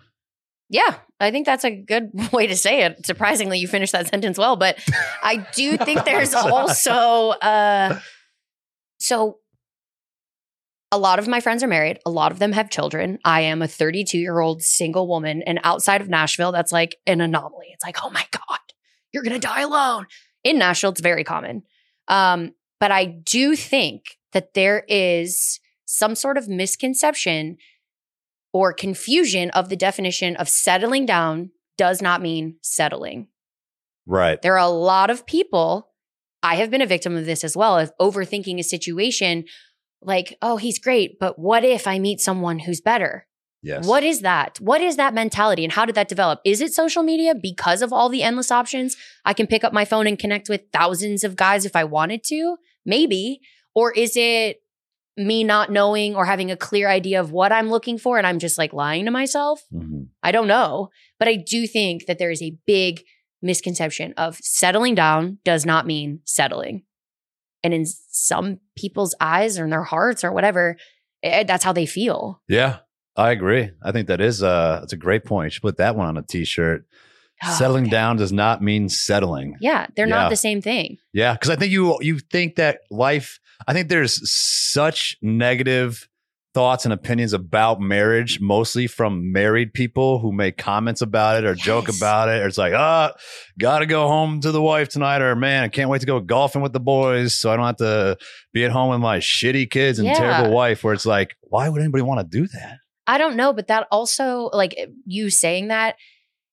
[SPEAKER 2] Yeah, I think that's a good way to say it. Surprisingly, you finished that sentence well, but I do think there's also uh so a lot of my friends are married, a lot of them have children. I am a 32-year-old single woman and outside of Nashville that's like an anomaly. It's like, "Oh my god, you're going to die alone." In Nashville it's very common. Um but I do think that there is some sort of misconception or confusion of the definition of settling down does not mean settling.
[SPEAKER 1] Right.
[SPEAKER 2] There are a lot of people, I have been a victim of this as well, of overthinking a situation like, oh, he's great, but what if I meet someone who's better?
[SPEAKER 1] Yes.
[SPEAKER 2] What is that? What is that mentality and how did that develop? Is it social media because of all the endless options? I can pick up my phone and connect with thousands of guys if I wanted to, maybe. Or is it me not knowing or having a clear idea of what I'm looking for and I'm just like lying to myself?
[SPEAKER 1] Mhm.
[SPEAKER 2] I don't know, but I do think that there is a big misconception of settling down does not mean settling. And in some people's eyes or in their hearts or whatever, Eh, that's how they feel.
[SPEAKER 1] Yeah, I agree. I think that is uh that's a great point. You should put that one on a t-shirt.
[SPEAKER 2] Oh,
[SPEAKER 1] settling
[SPEAKER 2] okay.
[SPEAKER 1] down does not mean settling.
[SPEAKER 2] Yeah, they're
[SPEAKER 1] Yeah.
[SPEAKER 2] not the same thing.
[SPEAKER 1] Yeah, because I think you you think that life. I think there's such negative thoughts and opinions about marriage, mostly from married people who make comments about it or joke
[SPEAKER 2] Yes.
[SPEAKER 1] about it. Or it's like, ah, gotta go home to the wife tonight, or man, I can't wait to go golfing with the boys, so I don't have to be at home with my shitty kids and
[SPEAKER 2] Yeah.
[SPEAKER 1] terrible wife. Where it's like, why would anybody want to do that?
[SPEAKER 2] I don't know, but that also, like eh, you saying that,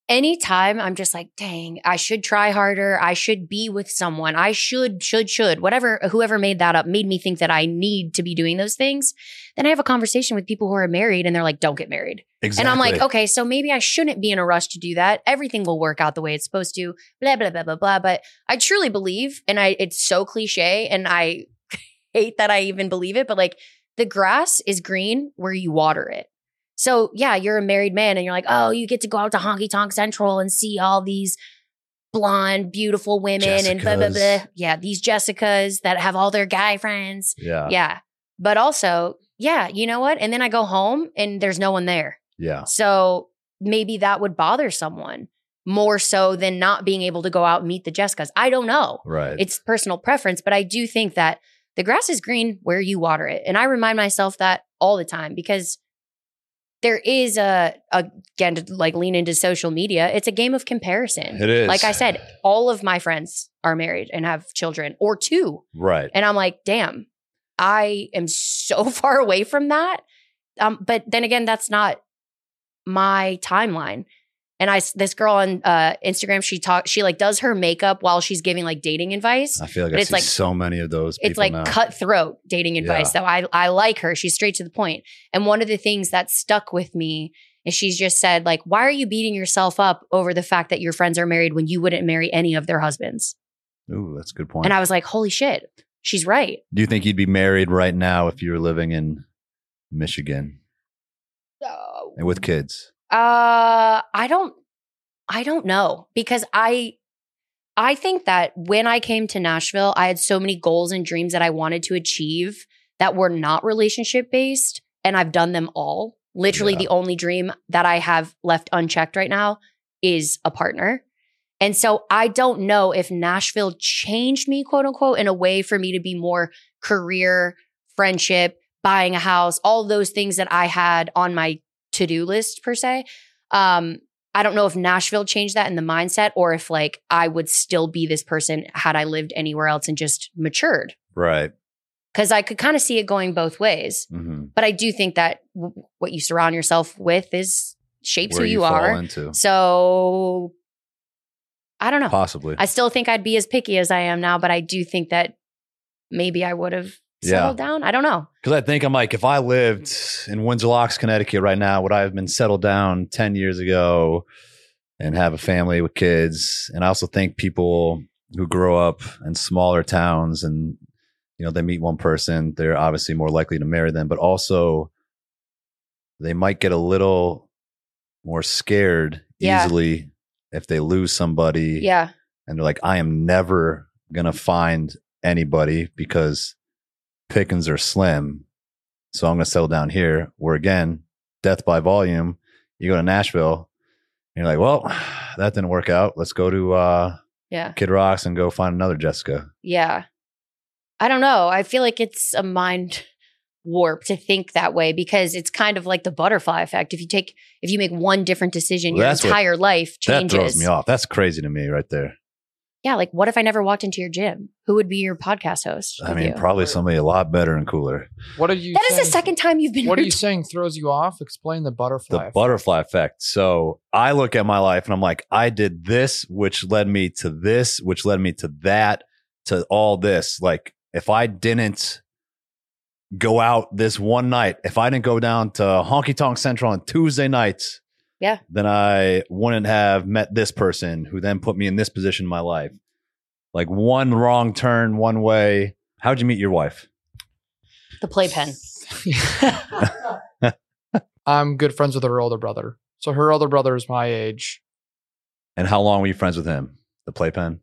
[SPEAKER 2] anytime I'm just like, dang, I should try harder. I should be with someone. I should, should, should, whatever, whoever made that up made me think that I need to be doing those things. Then I have a conversation with people who are married and they're like, don't get married.
[SPEAKER 1] Exactly.
[SPEAKER 2] And I'm like, okay, so maybe I shouldn't be in a rush to do that. Everything will work out the way it's supposed to, blah, blah, blah, blah, blah. But I truly believe, and I it's so cliche, and I hate that I even believe it, but like the grass is green where you water it. So yeah, you're a married man and you're like, oh, you get to go out to honky tonk central and see all these blonde, beautiful women and blah blah
[SPEAKER 1] Jessicas.
[SPEAKER 2] blah. Yeah, these Jessicas that have all their guy friends.
[SPEAKER 1] yeah,
[SPEAKER 2] yeah. But also, yeah, you know what? And then I go home and there's no one there.
[SPEAKER 1] yeah,
[SPEAKER 2] So maybe that would bother someone more so than not being able to go out and meet the Jessicas. I don't know.
[SPEAKER 1] right.
[SPEAKER 2] It's personal preference, but I do think that the grass is green where you water it. And I remind myself that all the time because there is a, a- again, to like lean into social media, it's a game of comparison.
[SPEAKER 1] it is
[SPEAKER 2] Like I said, all of my friends are married and have children or two.
[SPEAKER 1] right?
[SPEAKER 2] And I'm like, damn, I am so far away from that. Um, but then again, that's not my timeline. And I, this girl on uh, Instagram, she talks, she like does her makeup while she's giving like dating advice.
[SPEAKER 1] I feel like
[SPEAKER 2] but
[SPEAKER 1] I
[SPEAKER 2] it's
[SPEAKER 1] see
[SPEAKER 2] like-
[SPEAKER 1] so many of those.
[SPEAKER 2] It's
[SPEAKER 1] Ah, people
[SPEAKER 2] like
[SPEAKER 1] now.
[SPEAKER 2] cutthroat dating advice. So I, I like her. She's straight to the point. And one of the things that stuck with me is she's just said like, why are you beating yourself up over the fact that your friends are married when you wouldn't marry any of their husbands?
[SPEAKER 1] Ooh, that's a good point.
[SPEAKER 2] And I was like, holy shit, she's right.
[SPEAKER 1] Do you think you'd be married right now if you were living in Michigan
[SPEAKER 2] So-
[SPEAKER 1] and with kids?
[SPEAKER 2] Uh, I don't I don't know because I I think that when I came to Nashville, I had so many goals and dreams that I wanted to achieve that were not relationship based and I've done them all. Literally
[SPEAKER 1] Yeah.
[SPEAKER 2] the only dream that I have left unchecked right now is a partner. And so I don't know if Nashville changed me, quote unquote, in a way for me to be more career, friendship, buying a house, all those things that I had on my to do list per se. Um, I don't know if Nashville changed that in the mindset or if like I would still be this person had I lived anywhere else and just matured.
[SPEAKER 1] Right.
[SPEAKER 2] Cause I could kind of see it going both ways.
[SPEAKER 1] Mm-hmm.
[SPEAKER 2] But I do think that w- what you surround yourself with is shapes who you,
[SPEAKER 1] fall
[SPEAKER 2] are.
[SPEAKER 1] into.
[SPEAKER 2] So I don't know.
[SPEAKER 1] Possibly.
[SPEAKER 2] I still think I'd be as picky as I am now, but I do think that maybe I would have
[SPEAKER 1] Yeah.
[SPEAKER 2] settled down. I don't know.
[SPEAKER 1] Because I think I'm like, if I lived in Windsor Locks, Connecticut right now, would I have been settled down 10 years ago and have a family with kids? And I also think people who grow up in smaller towns and, you know, they meet one person, they're obviously more likely to marry them, but also they might get a little more scared
[SPEAKER 2] Yeah.
[SPEAKER 1] easily if they lose somebody
[SPEAKER 2] Yeah.
[SPEAKER 1] and they're like, I am never gonna find anybody because pickings are slim. So I'm gonna settle down here where again, death by volume. You go to Nashville, and you're like, Well, that didn't work out. Let's go to uh
[SPEAKER 2] Yeah.
[SPEAKER 1] Kid Rocks and go find another Jessica.
[SPEAKER 2] Yeah. I don't know. I feel like it's a mind warp to think that way because it's kind of like the butterfly effect. If you take, if you make one different decision,
[SPEAKER 1] Well,
[SPEAKER 2] your
[SPEAKER 1] that's what-
[SPEAKER 2] entire life
[SPEAKER 1] That
[SPEAKER 2] changes.
[SPEAKER 1] throws me off. That's crazy to me right there.
[SPEAKER 2] Yeah. Like, what if I never walked into your gym? Who would be your podcast host?
[SPEAKER 1] I
[SPEAKER 2] with
[SPEAKER 1] mean,
[SPEAKER 2] you?
[SPEAKER 1] probably somebody a lot better and cooler.
[SPEAKER 3] What are you?
[SPEAKER 2] that is the
[SPEAKER 3] saying-
[SPEAKER 2] second time you've been.
[SPEAKER 3] What are you
[SPEAKER 2] hurt.
[SPEAKER 3] saying throws you off? Explain the
[SPEAKER 1] the
[SPEAKER 3] butterfly. effect.
[SPEAKER 1] butterfly effect. So I look at my life and I'm like, I did this, which led me to this, which led me to that, to all this. Like, if I didn't go out this one night, if I didn't go down to Honky Tonk Central on Tuesday nights,
[SPEAKER 2] Yeah.
[SPEAKER 1] then I wouldn't have met this person who then put me in this position in my life. Like one wrong turn, one way. How'd you meet your wife?
[SPEAKER 2] The playpen.
[SPEAKER 3] I'm good friends with her older brother. So her older brother is my age,
[SPEAKER 1] And how long were you friends with him? The playpen?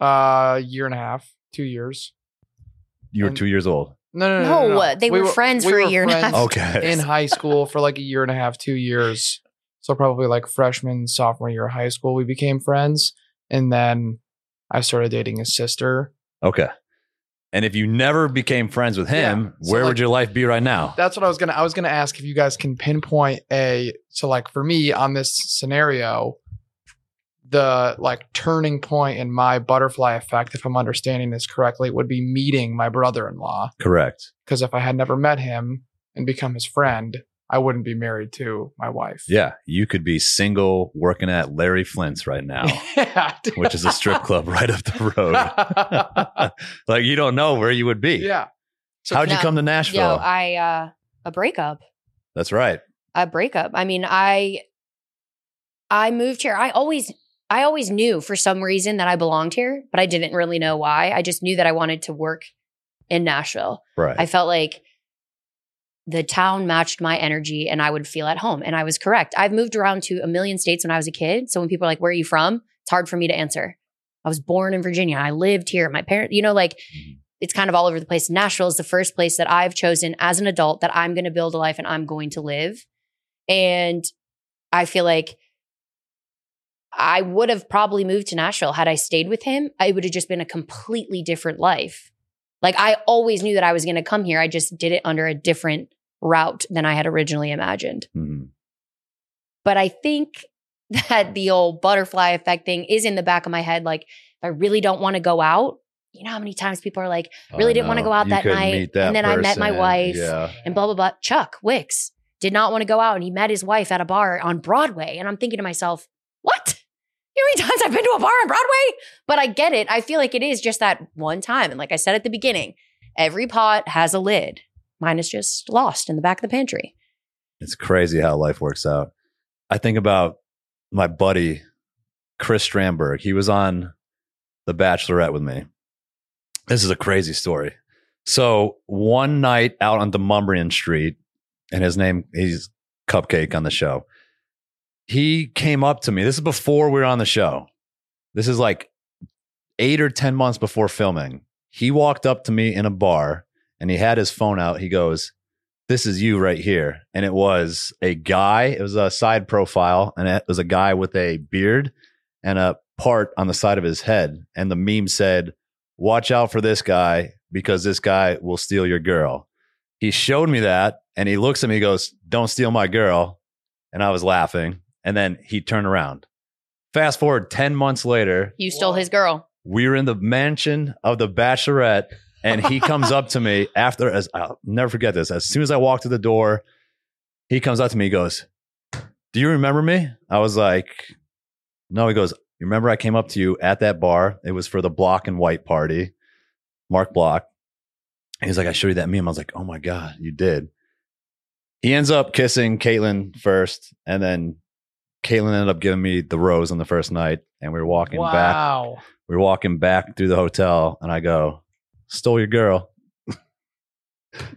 [SPEAKER 3] uh, year and a half, two years.
[SPEAKER 1] You were
[SPEAKER 3] Um,
[SPEAKER 1] two years old.
[SPEAKER 3] No, no, no.
[SPEAKER 2] No, uh,
[SPEAKER 3] no, no.
[SPEAKER 2] they were friends for a year and a half.
[SPEAKER 1] Okay.
[SPEAKER 3] in high school for like a year and a half, two years. So probably like freshman, sophomore year of high school, we became friends, and then I started dating his sister.
[SPEAKER 1] okay. And if you never became friends with him,
[SPEAKER 3] Yeah. So,
[SPEAKER 1] where would
[SPEAKER 3] like-
[SPEAKER 1] your life be right now?
[SPEAKER 3] That's what I was gonna. I was gonna ask if you guys can pinpoint a. So like for me on this scenario, the like turning point in my butterfly effect, if I'm understanding this correctly, would be meeting my brother-in-law.
[SPEAKER 1] Correct.
[SPEAKER 3] Because if I had never met him and become his friend, I wouldn't be married to my wife.
[SPEAKER 1] Yeah. You could be single working at Larry Flint's right now,
[SPEAKER 3] yeah.
[SPEAKER 1] which is a strip club right up the road. like you don't know where you would be.
[SPEAKER 3] yeah.
[SPEAKER 1] How'd you
[SPEAKER 2] No.
[SPEAKER 1] come to Nashville?
[SPEAKER 2] Yo, I uh a breakup.
[SPEAKER 1] That's right.
[SPEAKER 2] A breakup. I mean, I I moved here. I always I always knew for some reason that I belonged here, but I didn't really know why. I just knew that I wanted to work in Nashville.
[SPEAKER 1] Right.
[SPEAKER 2] I felt like the town matched my energy and I would feel at home. And I was correct. I've moved around to a million states when I was a kid. So when people are like, Where are you from? It's hard for me to answer. I was born in Virginia. I lived here. My parents, you know, like it's kind of all over the place. Nashville is the first place that I've chosen as an adult that I'm going to build a life and I'm going to live. And I feel like I would have probably moved to Nashville had I stayed with him. It would have just been a completely different life. Like I always knew that I was going to come here. I just did it under a different route than I had originally imagined.
[SPEAKER 1] Mhm.
[SPEAKER 2] But I think that the old butterfly effect thing is in the back of my head. Like, if I really don't want to go out, you know how many times people are like, Really
[SPEAKER 1] I
[SPEAKER 2] didn't wanna
[SPEAKER 1] know.
[SPEAKER 2] go out
[SPEAKER 1] Oh, You
[SPEAKER 2] that
[SPEAKER 1] couldn't
[SPEAKER 2] night,
[SPEAKER 1] meet that
[SPEAKER 2] and then I met my
[SPEAKER 1] person.
[SPEAKER 2] wife.
[SPEAKER 1] Yeah.
[SPEAKER 2] and blah, blah, blah. Chuck Wicks did not want to go out and he met his wife at a bar on Broadway. And I'm thinking to myself, what? You know how many times I've been to a bar on Broadway? But I get it. I feel like it is just that one time. And like I said at the beginning, every pot has a lid. Mine is just lost in the back of the pantry.
[SPEAKER 1] It's crazy how life works out. I think about my buddy, Chris Strandberg. He was on The Bachelorette with me. This is a crazy story. So one night out on Demumbrian Street, and his name, he's Cupcake on the show. He came up to me. This is before we were on the show. This is like eight or 10 months before filming. He walked up to me in a bar and he had his phone out. He goes, this is you right here. And it was a guy, it was a side profile, and it was a guy with a beard and a part on the side of his head. And the meme said, Watch out for this guy because this guy will steal your girl. He showed me that and he looks at me, he goes, Don't steal my girl. And I was laughing. And then he turned around. Fast forward 10 months later,
[SPEAKER 2] You stole
[SPEAKER 3] Whoa.
[SPEAKER 2] his girl.
[SPEAKER 1] we were in the mansion of the bachelorette and he comes up to me after as i'll never forget this as soon as i walked to the door he comes up to me he goes do you remember me i was like no he goes you remember i came up to you at that bar it was for the block and white party mark block he's like i showed you that meme i was like oh my god you did he ends up kissing caitlin first and then caitlin ended up giving me the rose on the first night and we were walking back
[SPEAKER 3] wow.
[SPEAKER 1] we are walking back through the hotel and I go, stole your girl.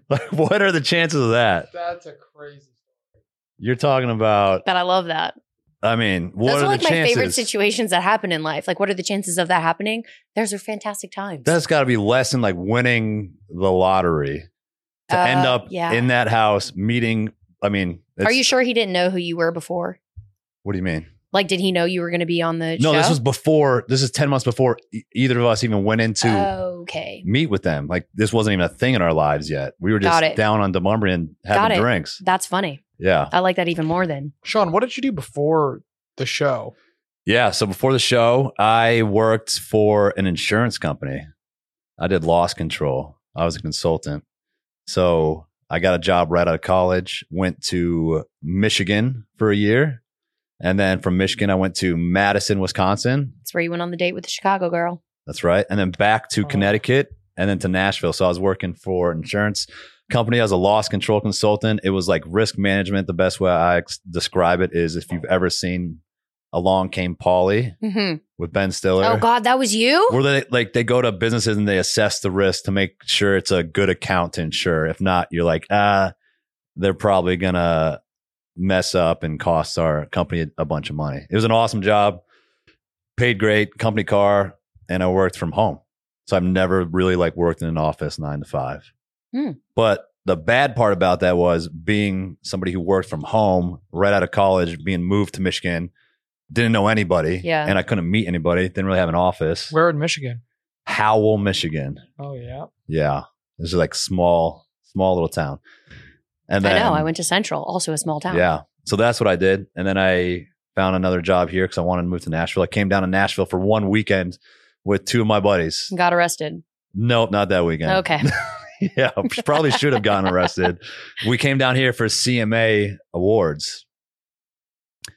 [SPEAKER 1] like, what are the chances of that?
[SPEAKER 3] That's a crazy
[SPEAKER 1] You're talking about,
[SPEAKER 2] But I love that.
[SPEAKER 1] I mean, what
[SPEAKER 2] Those
[SPEAKER 1] are
[SPEAKER 2] are like
[SPEAKER 1] the
[SPEAKER 2] my
[SPEAKER 1] chances?
[SPEAKER 2] favorite situations that happen in life. Like, what are the chances of that happening? There's are fantastic times.
[SPEAKER 1] That's got to be less than like winning the lottery to
[SPEAKER 2] Uh,
[SPEAKER 1] end up
[SPEAKER 2] yeah.
[SPEAKER 1] in that house meeting. I mean,
[SPEAKER 2] are
[SPEAKER 1] it's-
[SPEAKER 2] you sure he didn't know who you were before?
[SPEAKER 1] What do you mean?
[SPEAKER 2] Like, did he know you were going to be on the
[SPEAKER 1] No,
[SPEAKER 2] show?
[SPEAKER 1] this was before. This is ten months before e- either of us even went into
[SPEAKER 2] Uh, okay.
[SPEAKER 1] meet with them. Like this wasn't even a thing in our lives yet. We were
[SPEAKER 2] Got it.
[SPEAKER 1] just down on Demumbrian
[SPEAKER 2] Got
[SPEAKER 1] having
[SPEAKER 2] it.
[SPEAKER 1] drinks.
[SPEAKER 2] That's funny.
[SPEAKER 1] Yeah.
[SPEAKER 2] I like that even more than
[SPEAKER 3] Sean, what did you do before the show?
[SPEAKER 1] Yeah. So before the show, I worked for an insurance company. I did loss control. I was a consultant. So I got a job right out of college, went to Michigan for a year. And then from Michigan, I went to Madison, Wisconsin.
[SPEAKER 2] that's where you went on the date with the Chicago girl.
[SPEAKER 1] That's right. And then back to
[SPEAKER 3] Oh.
[SPEAKER 1] Connecticut and then to Nashville. So I was working for an insurance company as a loss control consultant. It was like risk management. The best way I ex- describe it is if you've ever seen Along Came Polly
[SPEAKER 2] hmm
[SPEAKER 1] with Ben Stiller
[SPEAKER 2] Oh God, that was you.
[SPEAKER 1] where they like they go to businesses and they assess the risk to make sure it's a good account to insure. If not, you're like, ah, they're probably gonna mess up and cost our company a bunch of money. It was an awesome job, paid great, company car, and I worked from home. So I've never really like worked in an office nine to five.
[SPEAKER 2] Hmm.
[SPEAKER 1] But the bad part about that was being somebody who worked from home right out of college, being moved to Michigan, didn't know anybody.
[SPEAKER 2] Yeah.
[SPEAKER 1] And I couldn't meet anybody, didn't really have an office.
[SPEAKER 3] Where in Michigan?
[SPEAKER 1] Howell, Michigan.
[SPEAKER 3] Oh yeah.
[SPEAKER 1] Yeah. This is like small, small little town. And then
[SPEAKER 2] I know. I went to Central, also a small town.
[SPEAKER 1] yeah. So that's what I did. And then I found another job here because I wanted to move to Nashville. I came down to Nashville for one weekend with two of my buddies.
[SPEAKER 2] Got arrested.
[SPEAKER 1] Nope, not that weekend.
[SPEAKER 2] Okay.
[SPEAKER 1] yeah, probably should have gotten arrested. We came down here for CMA awards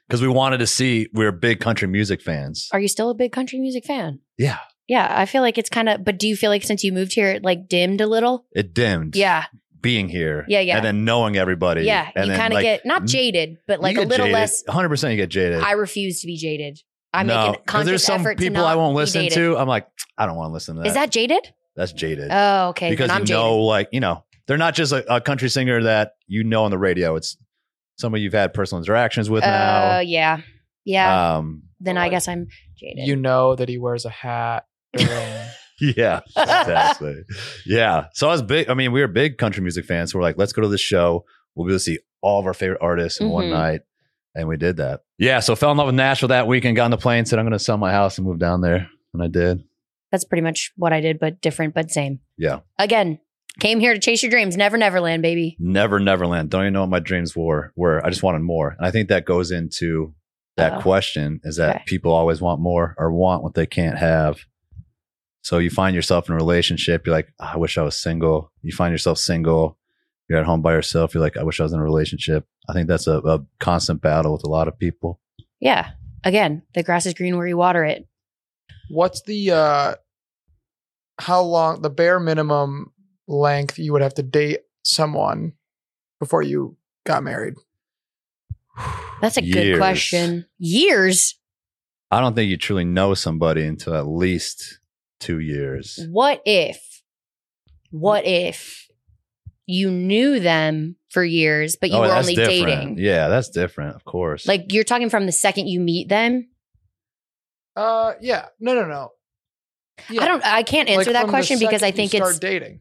[SPEAKER 1] because we wanted to see. We're big country music fans.
[SPEAKER 2] Are you still a big country music fan?
[SPEAKER 1] Yeah.
[SPEAKER 2] Yeah. I feel like it's kind of, but do you feel like since you moved here, it like dimmed a little?
[SPEAKER 1] It dimmed.
[SPEAKER 2] Yeah.
[SPEAKER 1] being here.
[SPEAKER 2] Yeah, yeah.
[SPEAKER 1] and then knowing everybody.
[SPEAKER 2] Yeah.
[SPEAKER 1] and
[SPEAKER 2] you kind of get not jaded, but like a little less.
[SPEAKER 1] One hundred percent, you get jaded.
[SPEAKER 2] I refuse to be jaded. I
[SPEAKER 1] No,
[SPEAKER 2] make a
[SPEAKER 1] 'cause
[SPEAKER 2] conscious
[SPEAKER 1] there's some
[SPEAKER 2] effort
[SPEAKER 1] people
[SPEAKER 2] to not
[SPEAKER 1] I won't
[SPEAKER 2] be
[SPEAKER 1] listen
[SPEAKER 2] dated.
[SPEAKER 1] to. I'm like, I don't want to listen to that.
[SPEAKER 2] Is that jaded?
[SPEAKER 1] That's jaded.
[SPEAKER 2] Oh, okay.
[SPEAKER 1] because
[SPEAKER 2] then
[SPEAKER 1] you
[SPEAKER 2] I'm jaded.
[SPEAKER 1] know, like you know, they're not just a, a country singer that you know on the radio. It's somebody you've had personal interactions with
[SPEAKER 2] Uh, yeah. Yeah.
[SPEAKER 1] now. Um,
[SPEAKER 2] then I guess I'm jaded.
[SPEAKER 3] You know that he wears a hat. Um,
[SPEAKER 1] Yeah, exactly. yeah. So I was big. I mean, we were big country music fans. So we're like, let's go to this show. We'll be able to see all of our favorite artists in one
[SPEAKER 2] Mhm.
[SPEAKER 1] night. And we did that. Yeah. So fell in love with Nashville that weekend, got on the plane, said, I'm going to sell my house and move down there. And I did.
[SPEAKER 2] That's pretty much what I did, but different, but same.
[SPEAKER 1] Yeah.
[SPEAKER 2] Again, came here to chase your dreams. Never, never land, baby.
[SPEAKER 1] Never, Neverland. Don't even know what my dreams were. Were I just wanted more. And I think that goes into that
[SPEAKER 2] Uh-oh.
[SPEAKER 1] question is that
[SPEAKER 2] Okay.
[SPEAKER 1] people always want more or want what they can't have. So you find yourself in a relationship, you're like, "Ah, I wish I was single. You find yourself single, you're at home by yourself, you're like, I wish I was in a relationship. I think that's a, a constant battle with a lot of people.
[SPEAKER 2] Yeah. Again, the grass is green where you water it.
[SPEAKER 3] what's the uh how long the bare minimum length you would have to date someone before you got married?
[SPEAKER 2] That's a good
[SPEAKER 1] Years.
[SPEAKER 2] question. Years.
[SPEAKER 1] I don't think you truly know somebody until at least two years.
[SPEAKER 2] What if, what if you knew them for years, but you
[SPEAKER 1] Oh,
[SPEAKER 2] were
[SPEAKER 1] that's
[SPEAKER 2] only
[SPEAKER 1] different.
[SPEAKER 2] dating?
[SPEAKER 1] Yeah, that's different, of course.
[SPEAKER 2] Like you're talking from the second you meet them.
[SPEAKER 3] Uh yeah. No, no, no.
[SPEAKER 2] I don't, I can't answer that question because I think
[SPEAKER 3] you
[SPEAKER 2] it's,
[SPEAKER 3] start dating.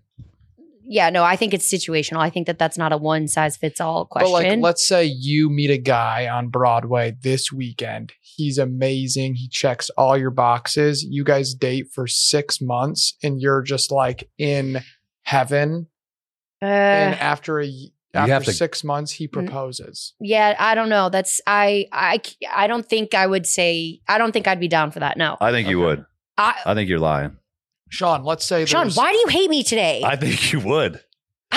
[SPEAKER 2] yeah, no, I think it's situational. I think that that's not a one size fits all question.
[SPEAKER 3] But like, let's say you meet a guy on Broadway this weekend. He's amazing. He checks all your boxes. You guys date for six months, and you're just like in heaven. and
[SPEAKER 2] Uh,
[SPEAKER 3] after a y-
[SPEAKER 1] have
[SPEAKER 3] after
[SPEAKER 1] to-
[SPEAKER 3] six months,
[SPEAKER 2] Mm.
[SPEAKER 3] he proposes.
[SPEAKER 2] yeah, I don't know. That's I I c- I don't think I would say I don't think I'd be down for that. No,
[SPEAKER 1] I think you
[SPEAKER 3] Okay.
[SPEAKER 1] would.
[SPEAKER 2] I,
[SPEAKER 1] I think you're lying.
[SPEAKER 3] Sean, let's say
[SPEAKER 2] Sean,
[SPEAKER 3] there's-
[SPEAKER 2] why do you hate me today? I,
[SPEAKER 1] I think you would.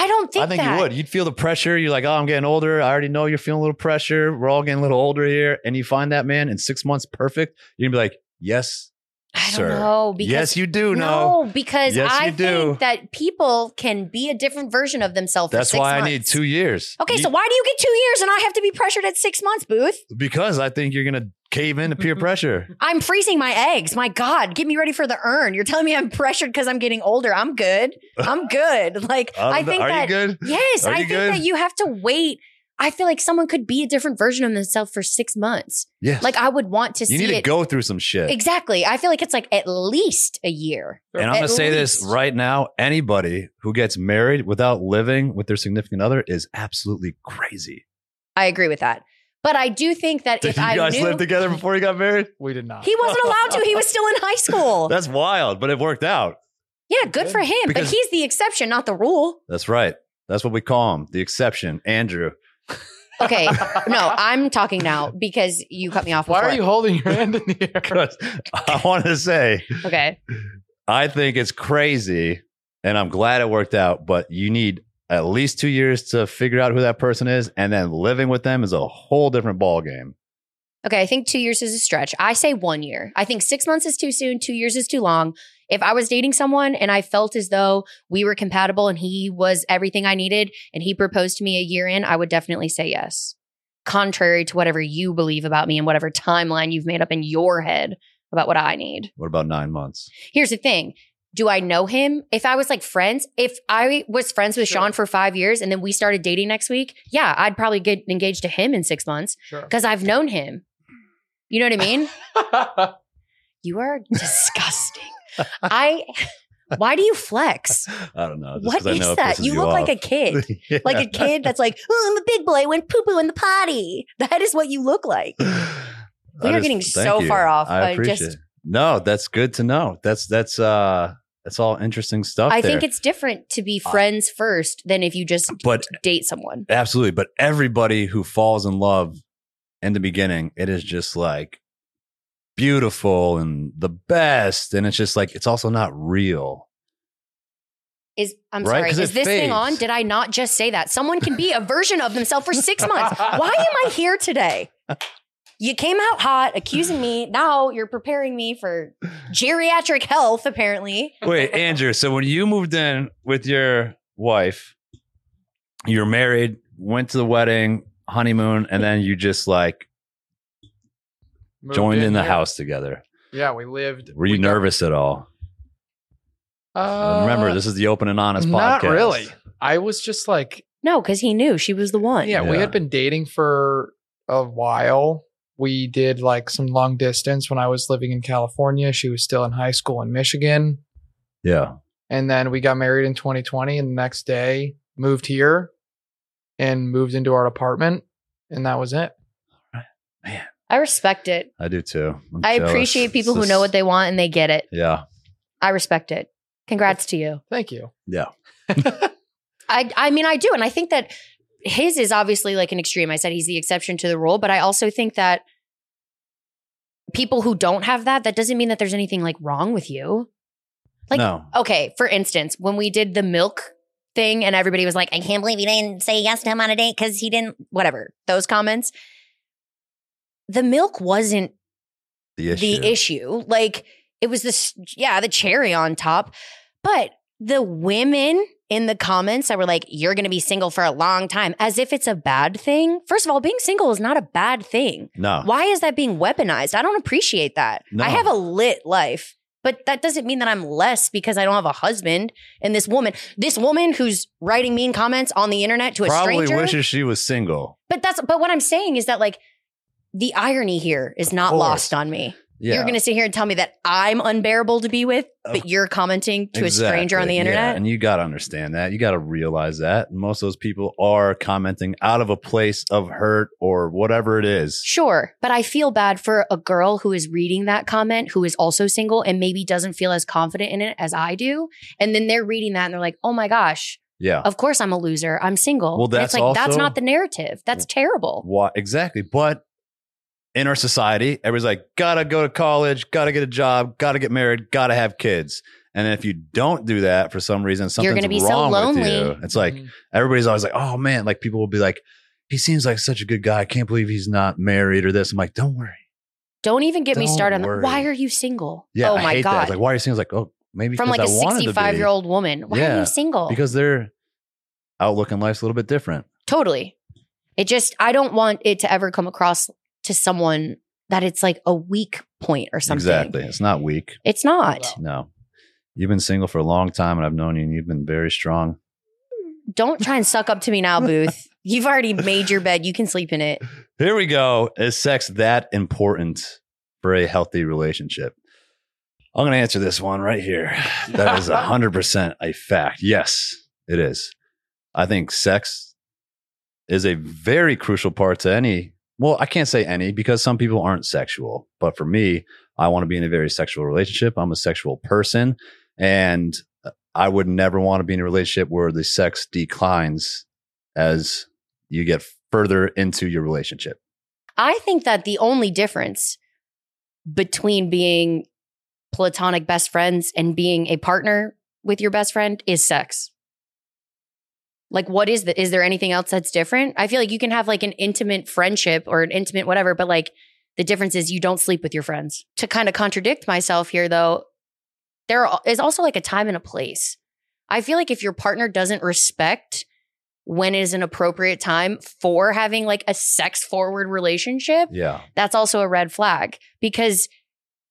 [SPEAKER 2] don't think
[SPEAKER 1] I think
[SPEAKER 2] that.
[SPEAKER 1] you would. You'd feel the pressure. You're like, oh, I'm getting older. I already know you're feeling a little pressure. We're all getting a little older here. And you find that man in six months perfect. You're gonna be like, yes,
[SPEAKER 2] I don't
[SPEAKER 1] sir.
[SPEAKER 2] know because
[SPEAKER 1] yes, you do. know.
[SPEAKER 2] no, because
[SPEAKER 1] Yes,
[SPEAKER 2] I
[SPEAKER 1] you do.
[SPEAKER 2] think that people can be a different version of themselves. for
[SPEAKER 1] That's
[SPEAKER 2] six
[SPEAKER 1] why I
[SPEAKER 2] months.
[SPEAKER 1] need two years.
[SPEAKER 2] Okay,
[SPEAKER 1] You-
[SPEAKER 2] so why do you get two years and I have to be pressured at six months, Booth?
[SPEAKER 1] because I think you're gonna cave into peer pressure.
[SPEAKER 2] I'm freezing my eggs. My God, get me ready for the urn. You're telling me I'm pressured because I'm getting older. I'm good. I'm good. Like
[SPEAKER 1] don't
[SPEAKER 2] I
[SPEAKER 1] know.
[SPEAKER 2] think
[SPEAKER 1] Are you
[SPEAKER 2] that
[SPEAKER 1] good?
[SPEAKER 2] Yes,
[SPEAKER 1] Are
[SPEAKER 2] I
[SPEAKER 1] you
[SPEAKER 2] think
[SPEAKER 1] good?
[SPEAKER 2] that you have to wait. I feel like someone could be a different version of themselves for six months.
[SPEAKER 1] Yes.
[SPEAKER 2] Like I would want to
[SPEAKER 1] you
[SPEAKER 2] see
[SPEAKER 1] need to
[SPEAKER 2] it.
[SPEAKER 1] go through some shit.
[SPEAKER 2] Exactly. I feel like it's like at least a year.
[SPEAKER 1] And I'm gonna
[SPEAKER 2] At
[SPEAKER 1] say this
[SPEAKER 2] least.
[SPEAKER 1] right now: anybody who gets married without living with their significant other is absolutely crazy.
[SPEAKER 2] I agree with that. But I do think that
[SPEAKER 1] Did
[SPEAKER 2] if
[SPEAKER 1] you
[SPEAKER 2] I
[SPEAKER 1] guys
[SPEAKER 2] knew
[SPEAKER 1] live together before you got married?
[SPEAKER 3] we did not.
[SPEAKER 2] he wasn't allowed to, he was still in high school.
[SPEAKER 1] That's wild, but it worked out.
[SPEAKER 2] yeah, good for him.
[SPEAKER 1] Because-
[SPEAKER 2] but he's the exception, not the rule.
[SPEAKER 1] That's right. That's what we call him, the exception, Andrew.
[SPEAKER 2] Okay. No, I'm talking now because you cut me off.
[SPEAKER 3] Why
[SPEAKER 2] Before.
[SPEAKER 3] are you holding your hand in the air?
[SPEAKER 1] Because I want to say,
[SPEAKER 2] Okay.
[SPEAKER 1] I think it's crazy, and I'm glad it worked out. But you need at least two years to figure out who that person is, and then living with them is a whole different ballgame.
[SPEAKER 2] Okay, I think two years is a stretch. I say one year. I think six months is too soon. Two years is too long. If I was dating someone and I felt as though we were compatible and he was everything I needed and he proposed to me a year in, I would definitely say yes. Contrary to whatever you believe about me and whatever timeline you've made up in your head about what I need.
[SPEAKER 1] What about nine months?
[SPEAKER 2] Here's the thing. Do I know him? If I was like friends, if I was friends with
[SPEAKER 3] Sure.
[SPEAKER 2] Sean for five years and then we started dating next week, yeah, I'd probably get engaged to him in six months
[SPEAKER 3] Sure.
[SPEAKER 2] because I've known him. You know what I mean?
[SPEAKER 3] I
[SPEAKER 2] You are disgusting. I Why do you flex?
[SPEAKER 1] I don't know. Uh, just
[SPEAKER 2] what
[SPEAKER 1] 'cause I know
[SPEAKER 2] is
[SPEAKER 1] it
[SPEAKER 2] that?
[SPEAKER 1] pisses
[SPEAKER 2] You look like a
[SPEAKER 1] off.
[SPEAKER 2] kid.
[SPEAKER 1] Yeah.
[SPEAKER 2] Like a kid that's like, oh, I'm a big boy, went poo poo in the potty. That is what you look like.
[SPEAKER 1] we
[SPEAKER 2] are getting so far off,
[SPEAKER 1] I
[SPEAKER 2] I
[SPEAKER 1] appreciate
[SPEAKER 2] just-
[SPEAKER 1] it. No, that's good to know. That's that's uh that's all interesting stuff.
[SPEAKER 2] I
[SPEAKER 1] there. Uh,
[SPEAKER 2] think it's different to be friends first than if you just
[SPEAKER 1] but
[SPEAKER 2] date someone.
[SPEAKER 1] absolutely. But everybody who falls in love in the beginning, it is just like beautiful and the best, and it's just like it's also not real.
[SPEAKER 2] Is I'm
[SPEAKER 1] Right?
[SPEAKER 2] sorry,
[SPEAKER 1] 'Cause
[SPEAKER 2] is
[SPEAKER 1] it
[SPEAKER 2] this thing
[SPEAKER 1] fades.
[SPEAKER 2] on? Did I not just say that? Someone can be a version of themselves for six months. Why am I here today? You came out hot accusing me. Now you're preparing me for geriatric health, apparently.
[SPEAKER 1] Wait, Andrew. So when you moved in with your wife, you're married, went to the wedding, honeymoon, and then you just like
[SPEAKER 3] Moved
[SPEAKER 1] joined in the
[SPEAKER 3] here.
[SPEAKER 1] house together.
[SPEAKER 3] Yeah, we lived.
[SPEAKER 1] Were you
[SPEAKER 3] we got-
[SPEAKER 1] nervous at all?
[SPEAKER 3] Uh,
[SPEAKER 1] Remember, this is the open and honest
[SPEAKER 3] not
[SPEAKER 1] podcast.
[SPEAKER 3] really. I was just like,
[SPEAKER 2] No, because he knew she was the one.
[SPEAKER 3] yeah, we
[SPEAKER 1] Yeah.
[SPEAKER 3] had been dating for a while. We did like some long distance when I was living in California. She was still in high school in Michigan.
[SPEAKER 1] Yeah.
[SPEAKER 3] And then we got married in 2020 and the next day moved here and moved into our apartment. And that was it.
[SPEAKER 2] I respect it.
[SPEAKER 1] I do too. I'm
[SPEAKER 2] I
[SPEAKER 1] jealous.
[SPEAKER 2] appreciate people
[SPEAKER 1] This
[SPEAKER 2] who
[SPEAKER 1] is-
[SPEAKER 2] know what they want and they get it.
[SPEAKER 1] Yeah.
[SPEAKER 2] I respect it. Congrats to you.
[SPEAKER 3] Thank you.
[SPEAKER 2] I I mean I do and I think that his is obviously like an extreme. I said he's the exception to the rule, but I also think that people who don't have that that doesn't mean that there's anything like wrong with you. Like-
[SPEAKER 1] no.
[SPEAKER 2] Okay, for instance, when we did the milk thing and everybody was like, "I can't believe you didn't say yes to him on a date cuz he didn't whatever." Those comments. The milk wasn't
[SPEAKER 1] The issue.
[SPEAKER 2] the issue. Like it was this, yeah, the cherry on top. But the women in the comments that were like, you're going to be single for a long time, as if it's a bad thing. First of all, being single is not a bad thing.
[SPEAKER 1] No.
[SPEAKER 2] Why is that being weaponized? I don't appreciate that.
[SPEAKER 1] Uh. No.
[SPEAKER 2] I have a lit life, but that doesn't mean that I'm less because I don't have a husband and this woman, this woman who's writing mean comments on the internet to a
[SPEAKER 1] Probably
[SPEAKER 2] stranger.
[SPEAKER 1] wishes she was single.
[SPEAKER 2] but that's, but what I'm saying is that like, the irony here is not
[SPEAKER 1] course.
[SPEAKER 2] lost on me.
[SPEAKER 1] Yeah.
[SPEAKER 2] You're going to sit here and tell me that I'm unbearable to be with,
[SPEAKER 1] Of-
[SPEAKER 2] but you're commenting to a stranger on
[SPEAKER 1] Exactly,
[SPEAKER 2] the
[SPEAKER 1] yeah.
[SPEAKER 2] internet.
[SPEAKER 1] And you got to understand that. You got to realize that. Most of those people are commenting out of a place of hurt or whatever it is.
[SPEAKER 2] Sure, but I feel bad for a girl who is reading that comment who is also single and maybe doesn't feel as confident in it as I do. And then they're reading that and they're like, "Oh my gosh,
[SPEAKER 1] Yeah.
[SPEAKER 2] of course I'm a loser. I'm single."
[SPEAKER 1] Well,
[SPEAKER 2] And it's
[SPEAKER 1] that's
[SPEAKER 2] like that's
[SPEAKER 1] also-
[SPEAKER 2] not the narrative. That's terrible.
[SPEAKER 1] Why exactly? But in our society, everybody's like, gotta go to college, gotta get a job, gotta get married, gotta have kids. And if you don't do that for some reason, something's
[SPEAKER 2] You're gonna be so
[SPEAKER 1] wrong with you.
[SPEAKER 2] lonely.
[SPEAKER 1] It's like
[SPEAKER 3] Mhm.
[SPEAKER 1] everybody's always like, oh man, like people will be like, he seems like such a good guy. I can't believe he's not married or this. I'm like, don't worry.
[SPEAKER 2] Don't even get me
[SPEAKER 1] Don't
[SPEAKER 2] started on the,
[SPEAKER 1] worry.
[SPEAKER 2] why are you single?
[SPEAKER 1] Yeah,
[SPEAKER 2] oh
[SPEAKER 1] I
[SPEAKER 2] my
[SPEAKER 1] hate that.
[SPEAKER 2] god.
[SPEAKER 1] It's Like, why are you single? It's like, oh, maybe
[SPEAKER 2] From like
[SPEAKER 1] a
[SPEAKER 2] a 65 year old woman. Why are
[SPEAKER 1] Yeah,
[SPEAKER 2] you single?
[SPEAKER 1] because their outlook in life's a little bit different.
[SPEAKER 2] Totally. It just, I don't want it to ever come across to someone that it's like a weak point or something.
[SPEAKER 1] Exactly, it's not weak.
[SPEAKER 2] It's not.
[SPEAKER 3] No.
[SPEAKER 1] No, you've been single for a long time, and I've known you, and you've been very strong.
[SPEAKER 2] Don't try and suck up to me now, Booth. You've already made your bed. You can sleep in it.
[SPEAKER 1] Here we go. Is sex that important for a healthy relationship? I'm going to answer this one right here. That is 100% a fact. Yes, it is. I think sex is a very crucial part to any, well, I can't say any because some people aren't sexual. But for me, I want to be in a very sexual relationship. I'm a sexual person and I would never want to be in a relationship where the sex declines as you get further into your relationship.
[SPEAKER 2] I think that the only difference between being platonic best friends and being a partner with your best friend is sex. Like, what is the? Is there anything else that's different? I feel like you can have like an intimate friendship or an intimate whatever, but like the difference is you don't sleep with your friends. To kind of contradict myself here, though, there is also like a time and a place. I feel like if your partner doesn't respect when is an appropriate time for having like a sex forward relationship,
[SPEAKER 1] Yeah.
[SPEAKER 2] that's also a red flag because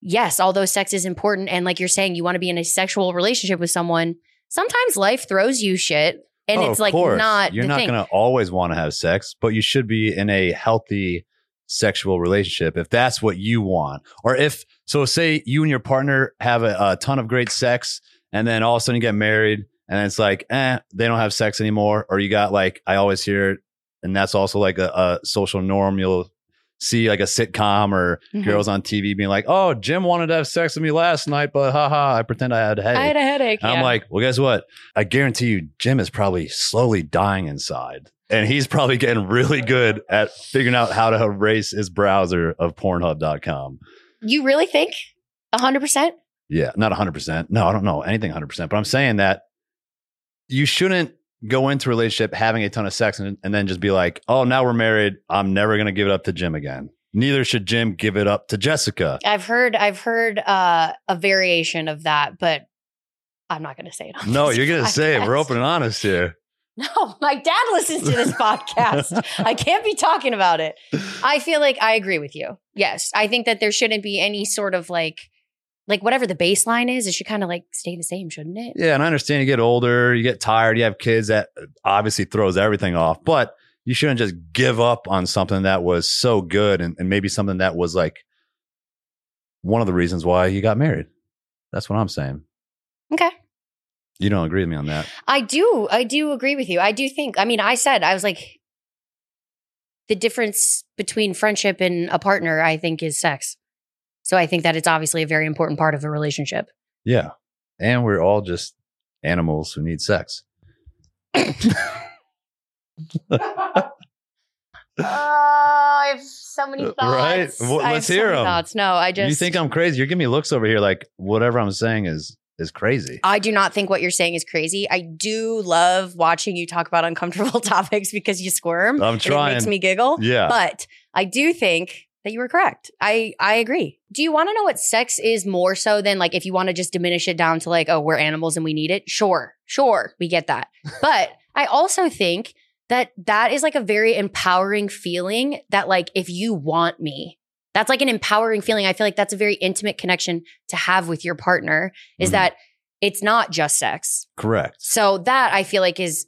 [SPEAKER 2] yes, although sex is important and like you're saying you want to be in a sexual relationship with someone, sometimes life throws you shit and
[SPEAKER 1] Oh, of
[SPEAKER 2] it's like
[SPEAKER 1] course.
[SPEAKER 2] not
[SPEAKER 1] You're
[SPEAKER 2] the
[SPEAKER 1] not
[SPEAKER 2] thing.
[SPEAKER 1] going to always want to have sex, but you should be in a healthy sexual relationship if that's what you want. Or if, so say you and your partner have a, a ton of great sex and then all of a sudden you get married, and it's like, eh, they don't have sex anymore. Or you got like, I always hear, it, and that's also like a, a social norm. You'll see like a sitcom or
[SPEAKER 2] Mhm.
[SPEAKER 1] girls on TV being like, oh, Jim wanted to have sex with me last night, but haha, I pretend I had a headache.
[SPEAKER 2] I had a headache.
[SPEAKER 1] And I'm
[SPEAKER 2] yeah.
[SPEAKER 1] like, well, guess what? I guarantee you, Jim is probably slowly dying inside. And he's probably getting really good at figuring out how to erase his browser of Pornhub.com.
[SPEAKER 2] you really think? hundred percent?
[SPEAKER 1] Yeah, not 100%. No, I don't know anything 100%. But I'm saying that you shouldn't go into a relationship having a ton of sex and, and then just be like, oh, now we're married. I'm never going to give it up to Jim again. Neither should Jim give it up to Jessica.
[SPEAKER 2] I've heard I've heard uh, a variation of that, but I'm not gonna say it. on
[SPEAKER 1] No,
[SPEAKER 2] this
[SPEAKER 1] you're going to say it. We're
[SPEAKER 2] podcast.
[SPEAKER 1] open and honest here.
[SPEAKER 2] No, my dad listens to this podcast. I can't be talking about it. I feel like I agree with you. Yes. I think that there shouldn't be any sort of like like whatever the baseline is, it should kind of like stay the same, shouldn't it?
[SPEAKER 1] Yeah, and I understand you get older, you get tired, you have kids. That obviously throws everything off, but you shouldn't just give up on something that was so good and, and maybe something that was like one of the reasons why you got married. That's what I'm saying.
[SPEAKER 2] Okay.
[SPEAKER 1] You don't agree with me on that.
[SPEAKER 2] I do. I do agree with you. I do think, I mean, I said, I was like, the difference between friendship and a partner, I think, is sex. So I think that it's obviously a very important part of a relationship.
[SPEAKER 1] Yeah. And we're all just animals who need sex.
[SPEAKER 2] Oh, I have so many
[SPEAKER 1] Uh, right? thoughts. Wha- I have let's so hear many 'em. thoughts.
[SPEAKER 2] No, I just.
[SPEAKER 1] you think I'm crazy? You're giving me looks over here like whatever I'm saying is is crazy.
[SPEAKER 2] I do not think what you're saying is crazy. I do love watching you talk about uncomfortable topics because you squirm.
[SPEAKER 1] I'm
[SPEAKER 2] And it
[SPEAKER 1] trying.
[SPEAKER 2] makes me giggle.
[SPEAKER 1] yeah.
[SPEAKER 2] But I do think that you were correct. I I agree. Do you want to know what sex is more so than like if you want to just diminish it down to like oh we're animals and we need it? Sure. Sure. We get that. But I also think that that is like a very empowering feeling that like if you want me that's like an empowering feeling. I feel like that's a very intimate connection to have with your partner is
[SPEAKER 1] Mhm.
[SPEAKER 2] that it's not just sex.
[SPEAKER 1] Correct.
[SPEAKER 2] So that I feel like is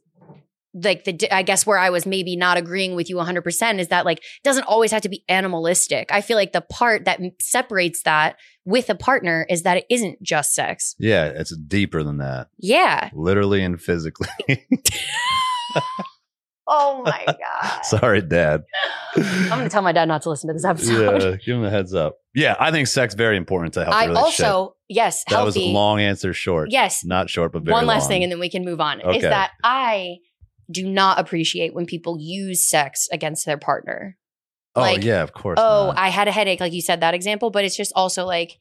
[SPEAKER 2] like the di- I guess where I was maybe not agreeing with you 100% is that like it doesn't always have to be animalistic. I feel like the part that m- separates that with a partner is that it isn't just sex.
[SPEAKER 1] Yeah, it's deeper than that.
[SPEAKER 2] Yeah.
[SPEAKER 1] Literally and physically.
[SPEAKER 2] Oh my god.
[SPEAKER 1] Sorry, Dad.
[SPEAKER 2] I'm going to tell my dad not to listen to this episode.
[SPEAKER 1] Yeah, give him a heads up. Yeah, I think sex very important to help.
[SPEAKER 2] I also yes,
[SPEAKER 1] that was a
[SPEAKER 2] healthy.
[SPEAKER 1] long answer short.
[SPEAKER 2] yes,
[SPEAKER 1] not short, but very
[SPEAKER 2] one last
[SPEAKER 1] long.
[SPEAKER 2] thing and then we can move on is
[SPEAKER 1] Okay.
[SPEAKER 2] that i do not appreciate when people use sex against their partner
[SPEAKER 1] oh
[SPEAKER 2] like,
[SPEAKER 1] yeah, of course.
[SPEAKER 2] oh
[SPEAKER 1] not.
[SPEAKER 2] i had a headache like you said that example but it's just also like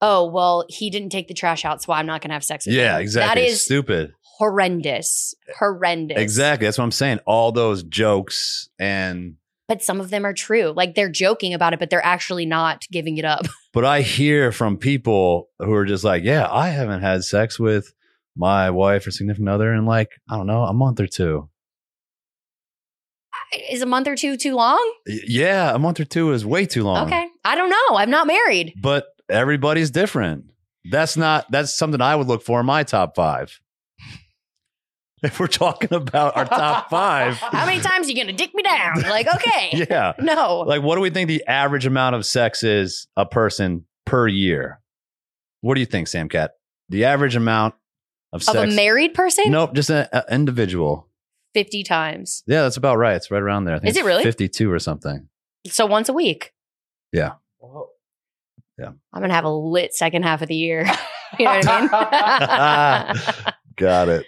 [SPEAKER 2] oh well he didn't take the trash out so i'm not going to have sex with
[SPEAKER 1] yeah,
[SPEAKER 2] him.
[SPEAKER 1] exactly. eh,
[SPEAKER 2] that is
[SPEAKER 1] stupid.
[SPEAKER 2] horrendous horrendous
[SPEAKER 1] Exactly. That's what I'm saying. All those jokes and
[SPEAKER 2] but some of them are true like they're joking about it but they're actually not giving it up
[SPEAKER 1] but I hear from people who are just like, yeah, I haven't had sex with my wife or significant other in like I don't know a month or two.
[SPEAKER 2] is a month or two too long
[SPEAKER 1] Y- Yeah, a month or two is way too long.
[SPEAKER 2] okay i don't know i'm not married
[SPEAKER 1] but everybody's different. That's not that's something I would look for in my top five. If we're talking about our top five,
[SPEAKER 2] how many times are you going to dick me down like okay
[SPEAKER 1] yeah,
[SPEAKER 2] no
[SPEAKER 1] like what do we think the average amount of sex is a person per year? What do you think, Sam Cat? The average amount of
[SPEAKER 2] of
[SPEAKER 1] sex?
[SPEAKER 2] a married person
[SPEAKER 1] nope, just an individual.
[SPEAKER 2] 50 times.
[SPEAKER 1] Yeah, that's about right. It's right around there. I think
[SPEAKER 2] Is it
[SPEAKER 1] it's
[SPEAKER 2] really?
[SPEAKER 1] fifty-two or something?
[SPEAKER 2] So once a week.
[SPEAKER 3] Whoa.
[SPEAKER 2] I'm going to have a lit second half of the year. you know what I mean?
[SPEAKER 1] Got it.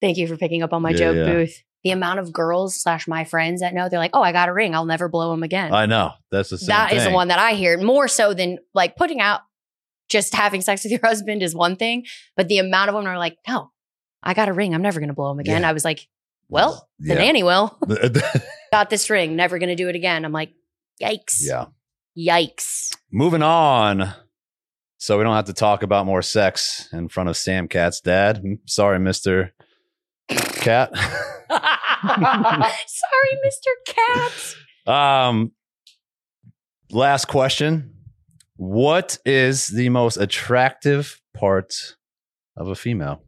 [SPEAKER 2] Thank you for picking up on my
[SPEAKER 1] Yeah,
[SPEAKER 2] joke,
[SPEAKER 1] yeah.
[SPEAKER 2] Booth. The amount of girls slash my friends that know, they're like, oh, I got a ring. I'll never blow him again.
[SPEAKER 1] I know. That's the same
[SPEAKER 2] That is the
[SPEAKER 1] thing.
[SPEAKER 2] one that I hear more so than like putting out just having sex with your husband is one thing. But the amount of women are like, no, I got a ring. I'm never going to blow him again.
[SPEAKER 1] Yeah.
[SPEAKER 2] I was like, well,
[SPEAKER 1] yeah.
[SPEAKER 2] the nanny will. Got this ring. Never going to do it again. I'm like, yikes.
[SPEAKER 1] yeah.
[SPEAKER 2] Yikes.
[SPEAKER 1] Moving on. So we don't have to talk about more sex in front of Sam Cat's dad. M- Sorry, Mr. Cat.
[SPEAKER 2] Sorry, Mr. Cat.
[SPEAKER 1] um last question. What is the most attractive part of a female?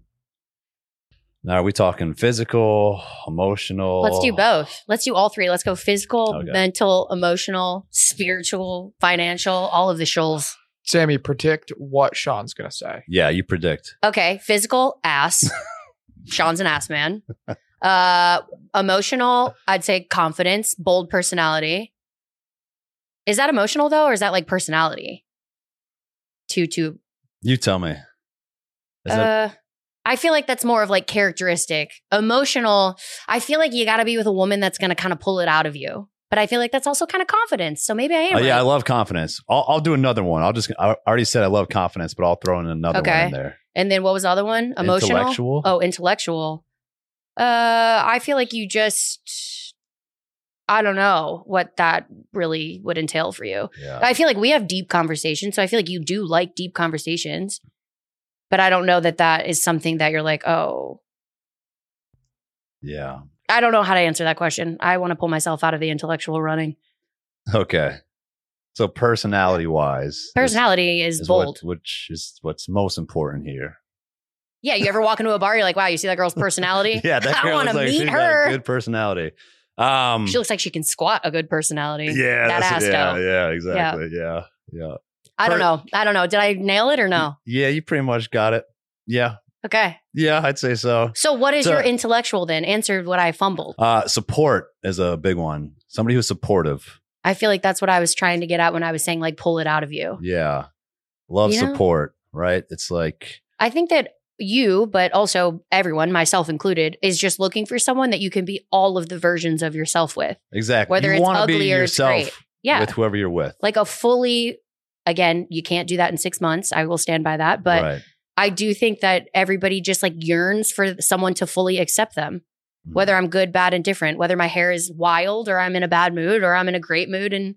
[SPEAKER 1] Now are we talking physical, emotional?
[SPEAKER 2] Let's do both. Let's do all three. Let's go physical,
[SPEAKER 1] Okay.
[SPEAKER 2] mental, emotional, spiritual, financial, all of the shoals.
[SPEAKER 3] Sammy, predict what Sean's gonna say.
[SPEAKER 1] Yeah, you predict.
[SPEAKER 2] Okay, physical ass. Sean's an ass man. Uh, emotional. I'd say confidence, bold personality. Is that emotional though, or is that like personality? Too too.
[SPEAKER 1] You tell me. Is
[SPEAKER 2] uh,
[SPEAKER 1] that-
[SPEAKER 2] I feel like that's more of like characteristic. Emotional. I feel like you got to be with a woman that's going to kind of pull it out of you. But I feel like that's also kind of confidence. So maybe I am.
[SPEAKER 1] oh, yeah, I
[SPEAKER 2] right.
[SPEAKER 1] love confidence. I'll, I'll do another one. I'll just, I already said I love confidence, but I'll throw in another one
[SPEAKER 2] Okay.
[SPEAKER 1] in there.
[SPEAKER 2] and then what was the other one? Emotional.
[SPEAKER 1] Intellectual.
[SPEAKER 2] Oh, intellectual. Uh, I feel like you just, I don't know what that really would entail for you.
[SPEAKER 1] Yeah.
[SPEAKER 2] I feel like we have deep conversations. So I feel like you do like deep conversations, but I don't know that that is something that you're like, oh,
[SPEAKER 1] yeah.
[SPEAKER 2] I don't know how to answer that question. I want to pull myself out of the intellectual running.
[SPEAKER 1] Okay. So personality wise,
[SPEAKER 2] Personality is, bold.
[SPEAKER 1] which is what's most important here.
[SPEAKER 2] yeah. You ever walk into a bar, you're like, wow, you see that girl's personality?
[SPEAKER 1] Yeah, that
[SPEAKER 2] I
[SPEAKER 1] girl
[SPEAKER 2] want
[SPEAKER 1] looks
[SPEAKER 2] to
[SPEAKER 1] like
[SPEAKER 2] meet
[SPEAKER 1] she's got
[SPEAKER 2] her.
[SPEAKER 1] a good personality. Um,
[SPEAKER 2] she looks like she can squat a good personality.
[SPEAKER 1] yeah,
[SPEAKER 2] that
[SPEAKER 1] that's-
[SPEAKER 2] ass
[SPEAKER 1] yeah,
[SPEAKER 2] though.
[SPEAKER 1] yeah, exactly, yeah, yeah,
[SPEAKER 2] I don't
[SPEAKER 1] Per-
[SPEAKER 2] know. I don't know. Did I nail it or no?
[SPEAKER 1] yeah. You pretty much got it. Yeah,
[SPEAKER 2] Okay.
[SPEAKER 1] yeah, I'd say so.
[SPEAKER 2] So what is
[SPEAKER 1] So-
[SPEAKER 2] your intellectual then? Answered what I fumbled.
[SPEAKER 1] Uh, support is a big one. Somebody who's supportive.
[SPEAKER 2] I feel like that's what I was trying to get at when I was saying like pull it out of you.
[SPEAKER 1] Yeah, love
[SPEAKER 2] You know-
[SPEAKER 1] support. Right? It's like
[SPEAKER 2] I think that you, but also everyone, myself included, is just looking for someone that you can be all of the versions of yourself with.
[SPEAKER 1] exactly.
[SPEAKER 2] Whether
[SPEAKER 1] you
[SPEAKER 2] it's
[SPEAKER 1] wanna be
[SPEAKER 2] ugly or it's
[SPEAKER 1] yourself
[SPEAKER 2] great. Yeah.
[SPEAKER 1] with whoever you're with.
[SPEAKER 2] like a fully again, you can't do that in 6 months. I will stand by that, but
[SPEAKER 1] right.
[SPEAKER 2] I do think that everybody just like yearns for someone to fully accept them.
[SPEAKER 1] Mhm.
[SPEAKER 2] whether I'm good, bad, and different, whether my hair is wild or I'm in a bad mood or I'm in a great mood and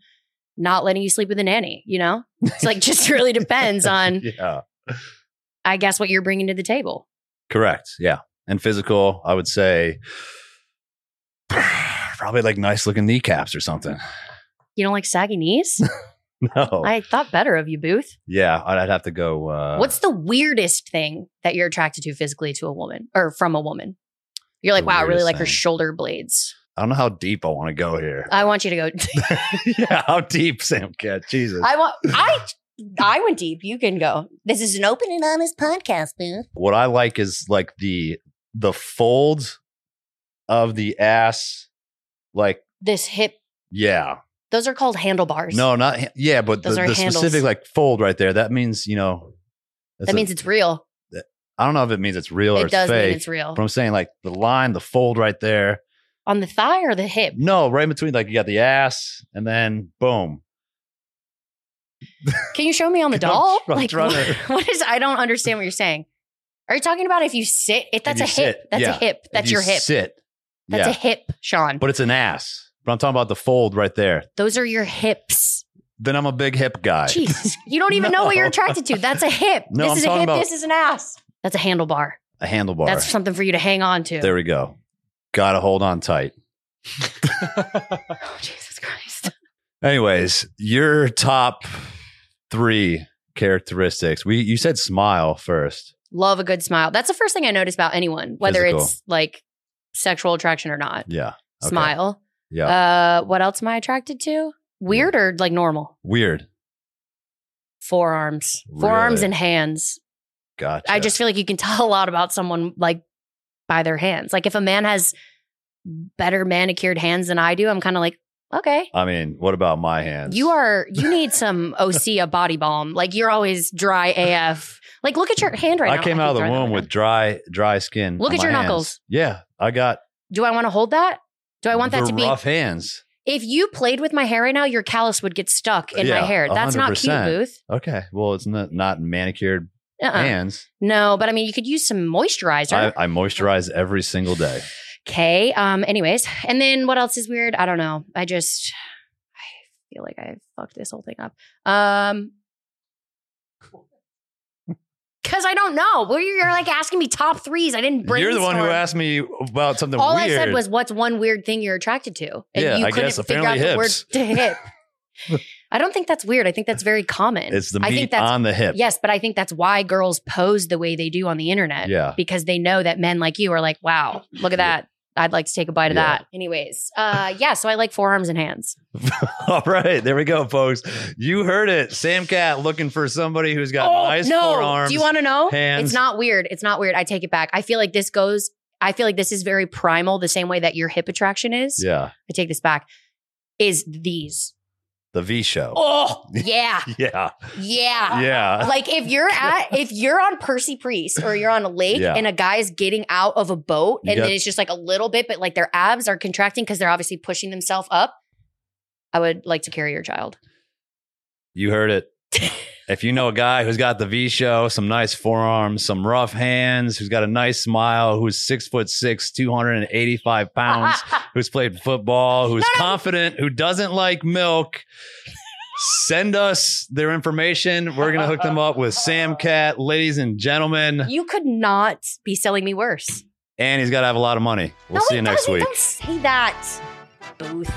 [SPEAKER 2] not letting you sleep with a nanny, you know? It's like just really depends on,
[SPEAKER 1] yeah,
[SPEAKER 2] I guess, what you're bringing to the table.
[SPEAKER 1] correct. Yeah, and physical, I would say probably like nice looking kneecaps or something.
[SPEAKER 2] You don't like saggy knees?
[SPEAKER 1] No,
[SPEAKER 2] I thought better of you, Booth.
[SPEAKER 1] yeah, I'd I'd have to go. Uh,
[SPEAKER 2] What's the weirdest thing that you're attracted to physically to a woman or from a woman? You're like,
[SPEAKER 1] The
[SPEAKER 2] wow, I really
[SPEAKER 1] weirdest
[SPEAKER 2] like her
[SPEAKER 1] thing.
[SPEAKER 2] shoulder blades.
[SPEAKER 1] I don't know how deep I want to go here.
[SPEAKER 2] I want you to go.
[SPEAKER 1] yeah, how deep, Sam Cat? Jesus.
[SPEAKER 2] I want, I, I went deep. You can go. This is an open and honest podcast, Booth.
[SPEAKER 1] what I like is like the the fold of the ass. Like,
[SPEAKER 2] This hip,
[SPEAKER 1] yeah,
[SPEAKER 2] those are called handlebars.
[SPEAKER 1] no, not ha- yeah, but the,
[SPEAKER 2] Those are
[SPEAKER 1] the
[SPEAKER 2] handles.
[SPEAKER 1] specific like fold right there. That means you know. that's
[SPEAKER 2] that
[SPEAKER 1] a-
[SPEAKER 2] means it's real.
[SPEAKER 1] I don't know if it means it's real or
[SPEAKER 2] It
[SPEAKER 1] it's
[SPEAKER 2] does
[SPEAKER 1] fake.
[SPEAKER 2] mean it's real.
[SPEAKER 1] but I'm saying like the line, the fold right there.
[SPEAKER 2] On the thigh or the hip?
[SPEAKER 1] No, right in between. Like you got the ass, and then boom.
[SPEAKER 2] Can you show me on the
[SPEAKER 1] I'm
[SPEAKER 2] doll?
[SPEAKER 1] tr- I'm
[SPEAKER 2] like
[SPEAKER 1] trying
[SPEAKER 2] what-
[SPEAKER 1] to-
[SPEAKER 2] what is? I don't understand what you're saying. Are you talking about if you sit? If that's
[SPEAKER 1] you
[SPEAKER 2] a hip,
[SPEAKER 1] sit,
[SPEAKER 2] that's a
[SPEAKER 1] yeah.
[SPEAKER 2] hip. That's
[SPEAKER 1] If you
[SPEAKER 2] your hip.
[SPEAKER 1] Sit.
[SPEAKER 2] That's
[SPEAKER 1] yeah,
[SPEAKER 2] a hip, Sean.
[SPEAKER 1] but it's an ass. But I'm talking about the fold right there.
[SPEAKER 2] Those are your hips.
[SPEAKER 1] Then I'm a big hip guy.
[SPEAKER 2] Jesus, you don't even know what you're
[SPEAKER 1] No.
[SPEAKER 2] attracted to. That's a hip.
[SPEAKER 1] No,
[SPEAKER 2] this
[SPEAKER 1] I'm
[SPEAKER 2] is a
[SPEAKER 1] talking
[SPEAKER 2] hip.
[SPEAKER 1] about-
[SPEAKER 2] This is an ass. That's a handlebar.
[SPEAKER 1] A handlebar.
[SPEAKER 2] That's something for you to hang on to.
[SPEAKER 1] There we go. Got to hold on tight.
[SPEAKER 2] Oh, Jesus Christ.
[SPEAKER 1] Anyways, your top three characteristics. We you said smile first.
[SPEAKER 2] Love a good smile. That's the first thing I notice about anyone, whether
[SPEAKER 1] Physical.
[SPEAKER 2] it's like sexual attraction or not.
[SPEAKER 1] Yeah. Okay.
[SPEAKER 2] Smile.
[SPEAKER 1] Yeah.
[SPEAKER 2] Uh, what else am I attracted to? Weird or like normal?
[SPEAKER 1] Weird.
[SPEAKER 2] forearms, forearms
[SPEAKER 1] Really?
[SPEAKER 2] and hands.
[SPEAKER 1] Gotcha.
[SPEAKER 2] I just feel like you can tell a lot about someone like by their hands. Like if a man has better manicured hands than I do, I'm kind of like, okay,
[SPEAKER 1] I mean, what about my hands?
[SPEAKER 2] you are you need some Osea body balm. Like you're always dry AF. Like look at your hand right
[SPEAKER 1] I
[SPEAKER 2] now.
[SPEAKER 1] came
[SPEAKER 2] can
[SPEAKER 1] out of the
[SPEAKER 2] throw that
[SPEAKER 1] womb
[SPEAKER 2] right
[SPEAKER 1] with
[SPEAKER 2] now.
[SPEAKER 1] dry, dry skin.
[SPEAKER 2] Look
[SPEAKER 1] on
[SPEAKER 2] at your
[SPEAKER 1] my hands.
[SPEAKER 2] knuckles.
[SPEAKER 1] Yeah, I got.
[SPEAKER 2] Do I want to hold that? Do I want that
[SPEAKER 1] the
[SPEAKER 2] to be?
[SPEAKER 1] rough hands?
[SPEAKER 2] If you played with my hair right now, your callus would get stuck in
[SPEAKER 1] Yeah,
[SPEAKER 2] my hair. That's not cute,
[SPEAKER 1] 100%.
[SPEAKER 2] Booth.
[SPEAKER 1] Okay, well, it's not not manicured
[SPEAKER 2] Uh-uh.
[SPEAKER 1] hands.
[SPEAKER 2] No, but I mean, you could use some moisturizer.
[SPEAKER 1] I, I moisturize every single day.
[SPEAKER 2] Okay. Um. Anyways, and then what else is weird? I don't know. I just I feel like I fucked this whole thing up. Um. Because I don't know. Well, you're you're, like asking me top threes. I didn't bring.
[SPEAKER 1] You're the one who asked me about something
[SPEAKER 2] All
[SPEAKER 1] weird.
[SPEAKER 2] I said was, "What's one weird thing you're attracted to?" And
[SPEAKER 1] Yeah,
[SPEAKER 2] you
[SPEAKER 1] I
[SPEAKER 2] couldn't
[SPEAKER 1] guess
[SPEAKER 2] figure out
[SPEAKER 1] apparently
[SPEAKER 2] the word
[SPEAKER 1] hips.
[SPEAKER 2] to hip. I don't think that's weird. I think that's very common.
[SPEAKER 1] it's the
[SPEAKER 2] I
[SPEAKER 1] meat
[SPEAKER 2] think that's
[SPEAKER 1] on the hip.
[SPEAKER 2] yes, but I think that's why girls pose the way they do on the internet
[SPEAKER 1] Yeah.
[SPEAKER 2] because they know that men like you are like, wow, look at
[SPEAKER 1] Yeah.
[SPEAKER 2] that. I'd like to take a bite of
[SPEAKER 1] Yeah.
[SPEAKER 2] that. Anyways, uh, yeah, so I like forearms and hands.
[SPEAKER 1] All right, there we go, folks. You heard it. Sam Cat looking for somebody who's got nice
[SPEAKER 2] Oh, no.
[SPEAKER 1] forearms.
[SPEAKER 2] Do you want to know?
[SPEAKER 1] hands.
[SPEAKER 2] It's not weird. It's not weird. I take it back. I feel like this goes. I feel like this is very primal, the same way that your hip attraction is.
[SPEAKER 1] yeah,
[SPEAKER 2] I take this back. Is these?
[SPEAKER 1] the V show.
[SPEAKER 2] Oh yeah,
[SPEAKER 1] Yeah,
[SPEAKER 2] yeah.
[SPEAKER 1] yeah.
[SPEAKER 2] Like if you're at if you're on Percy Priest or you're on a lake
[SPEAKER 1] Yeah.
[SPEAKER 2] and a guy's getting out of a boat
[SPEAKER 1] You
[SPEAKER 2] and then
[SPEAKER 1] got-
[SPEAKER 2] it's just like a little bit, but like their abs are contracting because they're obviously pushing themselves up. I would like to carry your child.
[SPEAKER 1] You heard it. If you know a guy who's got the V show, some nice forearms, some rough hands, who's got a nice smile, who's six foot six, 285 pounds, who's played football, who's
[SPEAKER 2] No, no.
[SPEAKER 1] confident, who doesn't like milk, send us their information. We're going to hook them up with Sam Cat, ladies and gentlemen.
[SPEAKER 2] you could not be selling me worse.
[SPEAKER 1] And he's got to have a lot of money. We'll
[SPEAKER 2] No,
[SPEAKER 1] see
[SPEAKER 2] it
[SPEAKER 1] you next
[SPEAKER 2] doesn't.
[SPEAKER 1] week.
[SPEAKER 2] Don't say that. Booth.